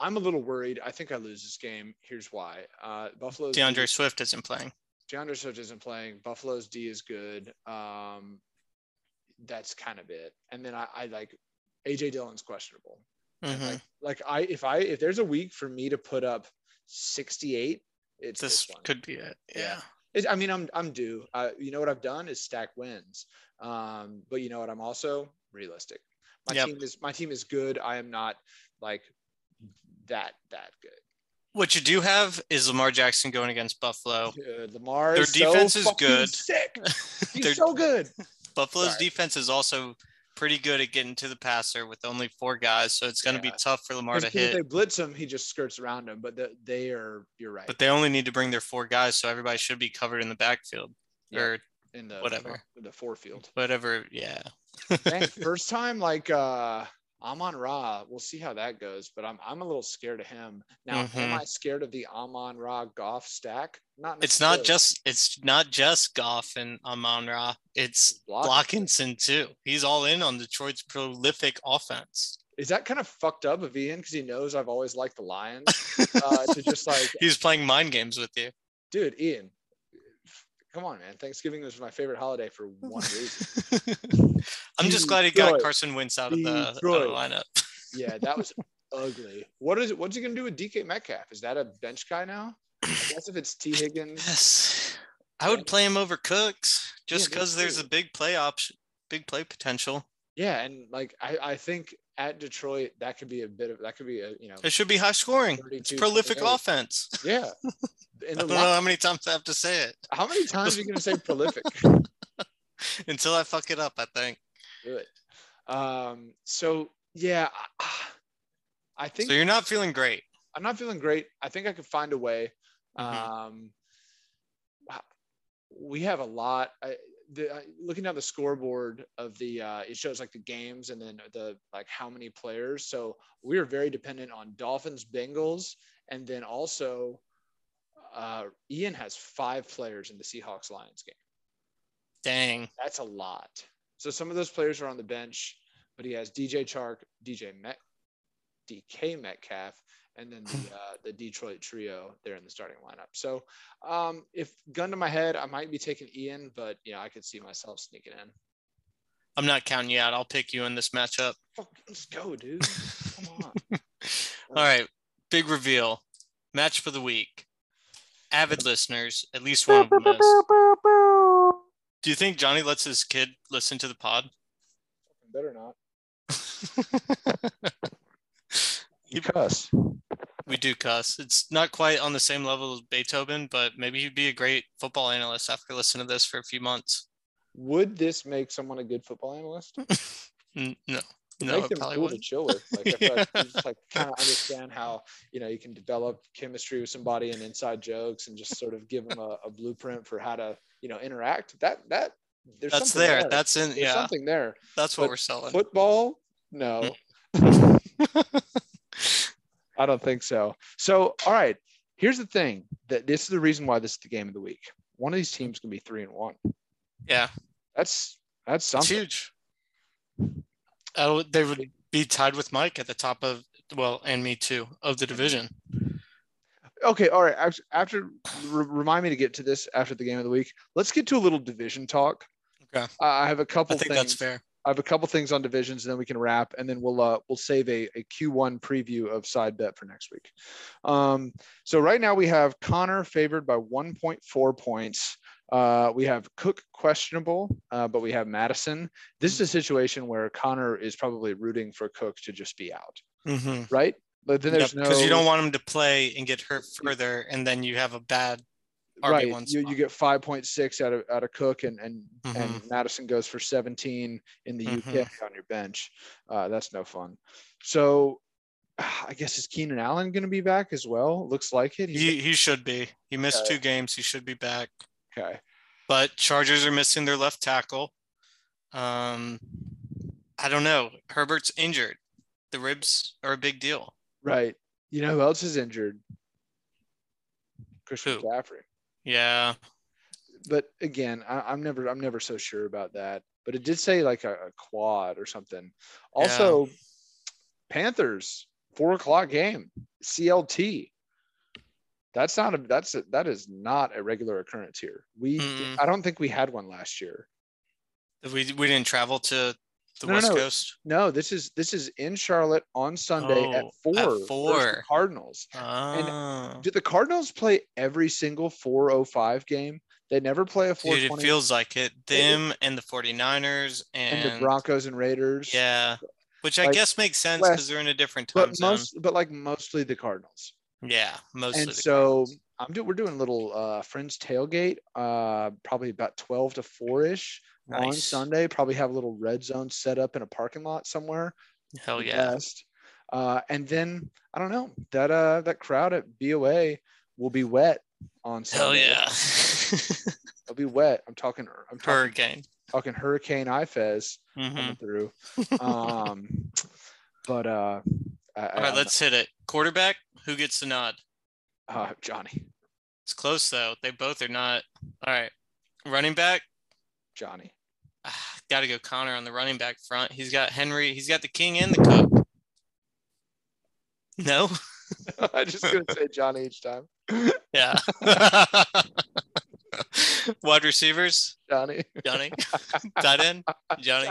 S1: I'm a little worried. I think I lose this game. Here's why: uh, Buffalo's
S2: DeAndre Swift isn't playing.
S1: DeAndre Swift isn't playing. Buffalo's D is good. Um, that's kind of it. And then I, I like AJ Dillon's questionable.
S2: Mhm.
S1: Like, like I if I if there's a week for me to put up 68, it's
S2: This
S1: this one.
S2: could be it. Yeah.
S1: Yeah. It- I mean, I'm I'm due. Uh, you know what I've done is stack wins. Um, but you know what? I'm also realistic. My
S2: Yep.
S1: team is my team is good. I am not like that that good.
S2: What you do have is Lamar Jackson going against Buffalo.
S1: Dude, Uh, Lamar
S2: Oh. Their
S1: is
S2: defense
S1: so
S2: is
S1: fucking
S2: good.
S1: Sick.
S2: Their-
S1: He's so good.
S2: Buffalo's
S1: Sorry.
S2: defense is also pretty good at getting to the passer with only four guys, so it's going to
S1: Yeah.
S2: be tough for Lamar to
S1: Because If
S2: hit.
S1: they blitz him, he just skirts around him. But the, they are, you're right.
S2: But they only need to bring their four guys, so everybody should be covered in the backfield
S1: Yeah.
S2: or
S1: in the
S2: whatever.
S1: in the forefield.
S2: whatever. Yeah.
S1: Dang, first time like uh Amon Ra. We'll see how that goes. But I'm I'm a little scared of him. Now, am
S2: Mhm.
S1: I scared of the Amon Ra Goff stack? Not.
S2: It's not
S1: necessarily.
S2: just it's not just Goff and Amon Ra. It's
S1: Blocking.
S2: Blockinson too. He's all in on Detroit's prolific offense.
S1: Is that kind of fucked up of Ian because he knows I've always liked the Lions uh, to just like,
S2: He's playing mind games with you.
S1: dude, Ian. Come on, man. Thanksgiving was my favorite holiday for one reason.
S2: I'm just glad he got
S1: Detroit.
S2: Carson Wentz out of the, out of the
S1: Detroit.
S2: lineup.
S1: Yeah, that was ugly. What is it? What's he gonna do with DK Metcalf? Is that a bench guy now? I guess if it's T. Higgins,
S2: Yes. I would play him over Cooks
S1: Yeah,
S2: just
S1: me
S2: because there's
S1: too.
S2: a big play option, big play potential.
S1: yeah, and like I, I think at Detroit that could be a bit of that could be a you know
S2: It should be high scoring. It's
S1: 32,
S2: prolific
S1: 28.
S2: offense.
S1: yeah. In
S2: I
S1: the
S2: don't know
S1: line-
S2: how many times I have to say it
S1: how many times are you gonna say prolific?
S2: until I fuck it up, I think.
S1: Do it. Um, so yeah, I- I think
S2: So you're not feeling great.
S1: I'm not feeling great. I think I could find a way.
S2: Mhm.
S1: Um, wow. we have a lot. I, the, I, looking down the scoreboard of the, uh, it shows like the games and then the like how many players. So we are very dependent on Dolphins, Bengals, and then also uh, Ian has five players in the Seahawks Lions game.
S2: Dang.
S1: That's a lot. So some of those players are on the bench, but he has DJ Chark, DJ Met, DK Metcalf, and then the, uh, the Detroit trio there in the starting lineup. So um, if gun to my head, I might be taking Ian, but you know I could see myself sneaking in.
S2: I'm not counting you out. I'll pick you in this matchup.
S1: Fuck, let's go, dude. Come on.
S2: All right. Big reveal. Match for the week. Avid listeners, at least one of them is. Do you think Johnny lets his kid listen to the pod?
S1: Better not. You cuss.
S2: we do cuss. It's not quite on the same level as Beethoven, but maybe he'd be a great football analyst after listening to this for a few months.
S1: Would this make someone a good football analyst?
S2: N- No,
S1: It
S2: no,
S1: make
S2: it
S1: them cool
S2: probably
S1: to
S2: wouldn't.
S1: chill with. Like, I feel like
S2: Yeah.
S1: you just like kind of understand how you know you can develop chemistry with somebody and inside jokes and just sort of give them a, a blueprint for how to you know interact. That that there's
S2: That's
S1: something
S2: there. That's in.
S1: there's
S2: Yeah,
S1: something there.
S2: that's what
S1: but
S2: we're selling.
S1: Football? No,
S2: Mm.
S1: I don't think so. So all right, here's the thing that this is the reason why this is the game of the week. One of these teams can be three and one.
S2: Yeah,
S1: That's that's
S2: it's
S1: something.
S2: huge. I would- they would be tied with Mike at the top of well, and me too of the division.
S1: Okay, all right. After, after re- remind me to get to this after the game of the week. Let's get to a little division talk.
S2: Okay.
S1: I I have a couple
S2: I think
S1: things.
S2: that's fair.
S1: I have a couple things on divisions, and then we can wrap, and then we'll uh, we'll save a, a Q1 preview of side bet for next week. Um, so right now we have Connor favored by 1.4 points. Uh, we have Cook questionable, uh, but we have Madison. This is a situation where Connor is probably rooting for Cook to just be out,
S2: Mm-hmm.
S1: right? But then
S2: Because
S1: there's no
S2: you don't want him to play and get hurt further, and then you have a bad RB
S1: right.
S2: one
S1: You, you
S2: spot.
S1: get 5.6 out of out of Cook, and and
S2: Mhm.
S1: and Madison goes for 17 in the UK
S2: Mhm.
S1: on your bench. Uh, that's no fun. So I guess is Keenan Allen going to be back as well? Looks like it. He's
S2: He he should be. He missed
S1: Yeah.
S2: two games. He should be back.
S1: okay.
S2: But Chargers are missing their left tackle. Um, I don't know. Herbert's injured. The ribs are a big deal.
S1: Right. You know who else is injured? Christian
S2: Who?
S1: McCaffrey.
S2: Yeah.
S1: But again, I, I'm never I'm never so sure about that. But it did say like a, a quad or something. Also, Panthers four o'clock game CLT. That's not a that's a, that is not a regular occurrence here. We
S2: Mm-mm.
S1: I don't think we had one last year.
S2: We we didn't travel to the
S1: No, no,
S2: West
S1: no.
S2: Coast.
S1: No, this is this is in Charlotte on Sunday at
S2: Oh,
S1: four.
S2: at
S1: versus the
S2: four.
S1: Cardinals.
S2: Oh,
S1: Did the Cardinals play every single 405 game? They never play a
S2: dude, it
S1: 420
S2: feels like it. Them and the 49ers
S1: and
S2: and,
S1: the Broncos and Raiders.
S2: Yeah. Which I
S1: Like,
S2: guess makes sense because
S1: West,
S2: they're in a different time
S1: But
S2: zone.
S1: most but like mostly the Cardinals.
S2: yeah, mostly.
S1: and
S2: the
S1: so I'm doing. We're doing a little uh, friends tailgate, uh, probably about twelve to four ish on
S2: Nice.
S1: Sunday. Probably have a little red zone set up in a parking lot somewhere.
S2: Hell
S1: the
S2: yeah.
S1: best. Uh, and then I don't know that uh, that crowd at BOA will be wet on
S2: Hell
S1: Sunday.
S2: yeah.
S1: it'll be wet. I'm talking. I'm talking,
S2: Hurricane.
S1: talking Hurricane IFES
S2: Mhm.
S1: coming through. Um, but uh, I, I
S2: All right,
S1: don't
S2: let's hit it. Quarterback, who gets the nod?
S1: know. uh, Johnny,
S2: It's close though. They both are not. All right, running back.
S1: Johnny.
S2: Got to go Connor on the running back front. He's got Henry. He's got the king and the cook. No.
S1: I just gonna say Johnny each time.
S2: Yeah. Wide receivers,
S1: Johnny.
S2: Johnny. Tight end, Johnny.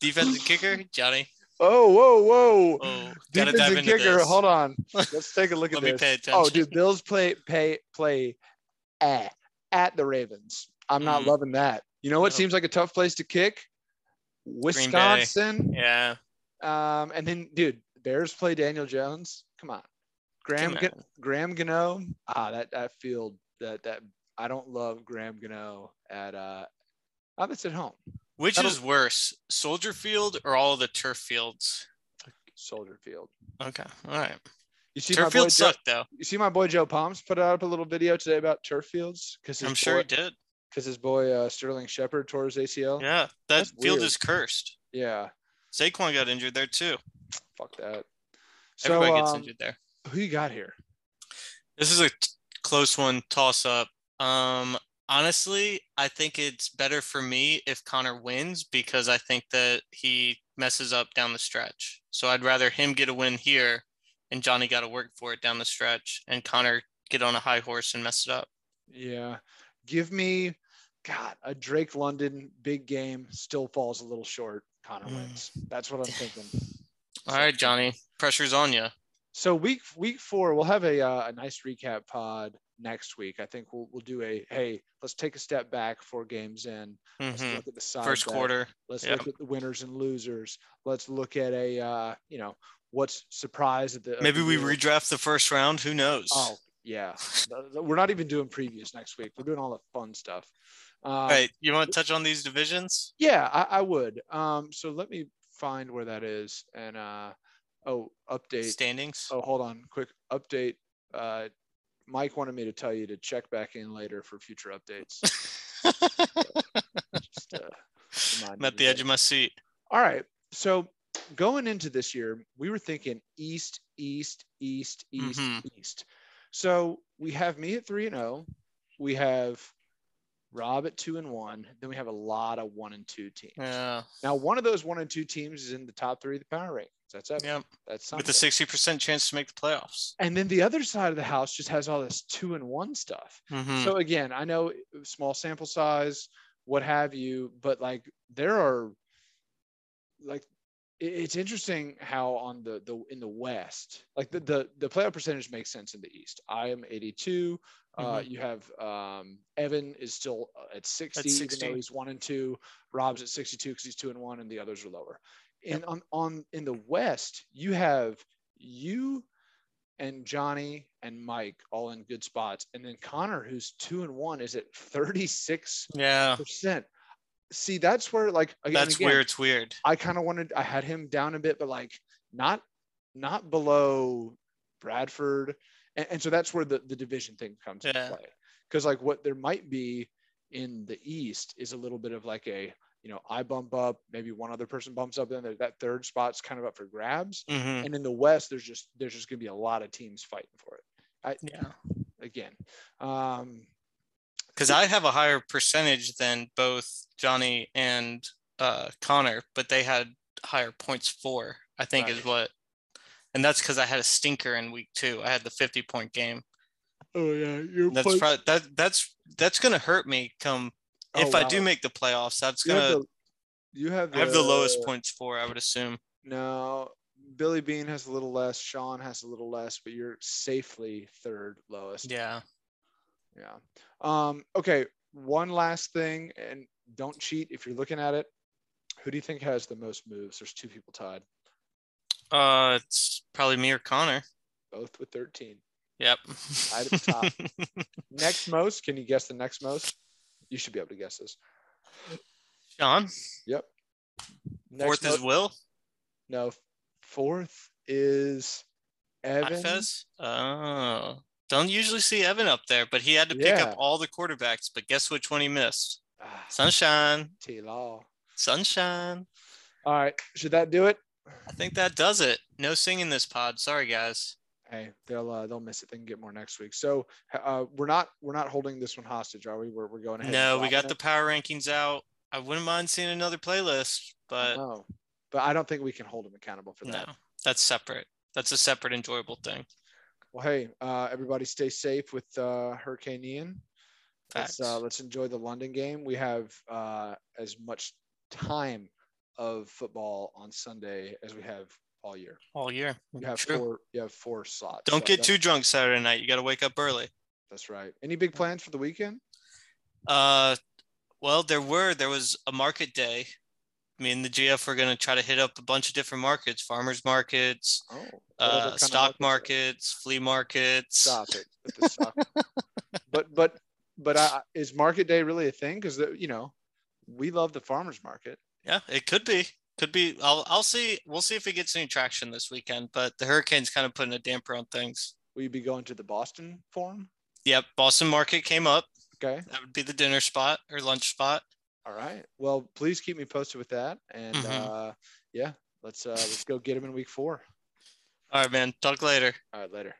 S2: Defensive kicker, Johnny.
S1: Oh, whoa, whoa.
S2: Oh, gotta dive
S1: Defensive
S2: into
S1: kicker.
S2: this.
S1: Hold on. Let's take a look at
S2: Let me
S1: this.
S2: pay
S1: Oh,
S2: attention.
S1: dude, Bills play pay play at, at the Ravens. I'm not
S2: Mm.
S1: loving that. You know what
S2: No.
S1: seems like a tough place to kick? Wisconsin.
S2: Yeah.
S1: Um, and then dude, Bears play Daniel Jones. Come on. Graham
S2: Come
S1: Ga- Graham Gano. Ah, that that field that that I don't love Graham Gano at uh oh, that's at home.
S2: Which
S1: That'll-
S2: is worse, Soldier Field or all the turf fields?
S1: Soldier Field.
S2: Okay. All right.
S1: You see my
S2: Turf
S1: boy
S2: field
S1: Joe,
S2: sucked though.
S1: you see my boy Joe Palms put out a little video today about turf fields because
S2: I'm sure he
S1: boy,
S2: did.
S1: because his boy uh, Sterling Shepard tore his ACL. Yeah.
S2: Yeah, that
S1: That's
S2: field
S1: weird.
S2: is cursed. Saquon got injured there too.
S1: fuck that. So
S2: Everybody gets
S1: um,
S2: injured there.
S1: who you got here?
S2: This is a t- close one, toss up. Um, honestly, I think it's better for me if Connor wins because I think that he messes up down the stretch. So I'd rather him get a win here and Johnny got to work for it down the stretch and Connor get on a high horse and mess it up.
S1: Yeah, give me, God, a Drake London big game still falls a little short. Connor
S2: Mm.
S1: wins. That's what I'm thinking.
S2: All right, Johnny, pressure's on you.
S1: So week week four, we'll have a uh, a nice recap pod next week. I think we'll we'll do a hey, let's take a step back four games in. Let's
S2: hmm
S1: look at the side
S2: First
S1: bet.
S2: quarter.
S1: Let's
S2: Yep.
S1: look at the winners and losers. Let's look at a uh, you know what's surprised at the of
S2: Maybe
S1: the
S2: we
S1: year.
S2: redraft the first round. Who knows?
S1: Oh yeah, Th- th- we're not even doing previews next week. We're doing all the fun stuff. Um,
S2: All right, you want to touch on these divisions?
S1: Yeah, I, I would. Um, so let me find where that is and uh, oh update.
S2: Standings.
S1: Oh, hold on. Quick update. Uh, Mike wanted me to tell you to check back in later for future updates. Just, uh, remind
S2: I'm
S1: you
S2: at the
S1: today.
S2: edge of my seat.
S1: All right. So going into this year, we were thinking East, East, East, East,
S2: Mhm.
S1: East. So we have me at three and zero. We have Rob at two and one. Then we have a lot of one and two teams.
S2: Yeah.
S1: Now one of those one and two teams is in the top three of the power rankings. That's up.
S2: Yep.
S1: That's
S2: with
S1: something.
S2: a 60% chance to make the playoffs.
S1: and then the other side of the house just has all this two and one stuff.
S2: Mhm.
S1: So again, I know small sample size, what have you, but like there are like it- it's interesting how on the the in the West, like the the, the playoff percentage makes sense in the East. I am 82. Uh, you have um, Evan is still uh, at 60, even
S2: 60.
S1: though he's one and two. Rob's at 62 because he's two and one, and the others are lower. And on on in the West, you have you and Johnny and Mike all in good spots. And then Connor, who's two and one, is at 36%.
S2: yeah.
S1: See, that's where like again,
S2: That's
S1: again,
S2: where it's weird.
S1: I kind of wanted I had him down a bit, but like not not below Bradford. And, and so that's where the, the division thing comes
S2: Yeah.
S1: into play. Because like what there might be in the East is a little bit of like a you know, I bump up, maybe one other person bumps up, and then that third spot's kind of up for grabs
S2: Mhm.
S1: and in the west there's just there's just going to be a lot of teams fighting for it
S2: Yeah.
S1: again um
S2: Because I have a higher percentage than both Johnny and uh, Connor, but they had higher points for, I think is
S1: Right.
S2: what. And that's because I had a stinker in week two. I had the 50 point game.
S1: oh yeah you're
S2: That's probably, that that's that's gonna hurt me come if I do make the playoffs. That's
S1: Oh, you have
S2: gonna
S1: the, you have
S2: I have the lowest
S1: the-
S2: points for, I would assume.
S1: no billy bean has a little less sean has a little less but you're safely third lowest
S2: Yeah.
S1: yeah um okay one last thing and don't cheat if you're looking at it who do you think has the most moves there's two people tied
S2: Uh it's probably me or Connor.
S1: both with 13
S2: Yep.
S1: Right at the top. next most can you guess the next most you should be able to guess this
S2: Sean,
S1: Next
S2: fourth is
S1: mo-
S2: Will.
S1: no. Fourth is Evan.
S2: Hotfez. Oh, don't usually see Evan up there, but he had to pick
S1: Yeah.
S2: up all the quarterbacks. But guess which one he missed?
S1: Ah,
S2: Sunshine,
S1: T Law.
S2: sunshine.
S1: All right, should that do it?
S2: I think that does it. No singing this pod. Sorry, guys.
S1: Hey, they'll uh, they'll miss it. They can get more next week. So uh, we're not we're not holding this one hostage, are we? We're, we're going ahead.
S2: No, we got the power rankings out. I wouldn't mind seeing another playlist, but
S1: no, but I don't think we can hold them accountable for
S2: no,
S1: that.
S2: that's separate. That's a separate enjoyable thing.
S1: Well, hey, uh, everybody, stay safe with uh, Hurricane Ian.
S2: Facts.
S1: Let's, uh, let's enjoy the London game. We have uh, as much time of football on Sunday as we have all year.
S2: all year.
S1: You have
S2: True.
S1: four. You have four slots.
S2: Don't
S1: so
S2: get
S1: that-
S2: too drunk Saturday night. You got to wake up early.
S1: That's right. Any big plans for the weekend?
S2: Uh, well, there were there was a market day. Me and the GF were gonna try to hit up a bunch of different markets: farmers markets,
S1: Oh, what other kind
S2: uh,
S1: of
S2: stock markets,
S1: markets are-
S2: flea markets.
S1: Stop it. with the stock. but but but I, is market day really a thing? Because you know we love the farmers market.
S2: Yeah, it could be. Could be. I'll I'll see. We'll see if it gets any traction this weekend. But the Hurricanes kind of putting a damper on things.
S1: Will you be going to the Boston Forum?
S2: Yep. Boston Market came up.
S1: Okay.
S2: That would be the dinner spot or lunch spot.
S1: All right. Well, please keep me posted with that. And
S2: Mhm.
S1: uh, yeah, let's uh, let's go get him in week four.
S2: All right, man. Talk later.
S1: All right, later.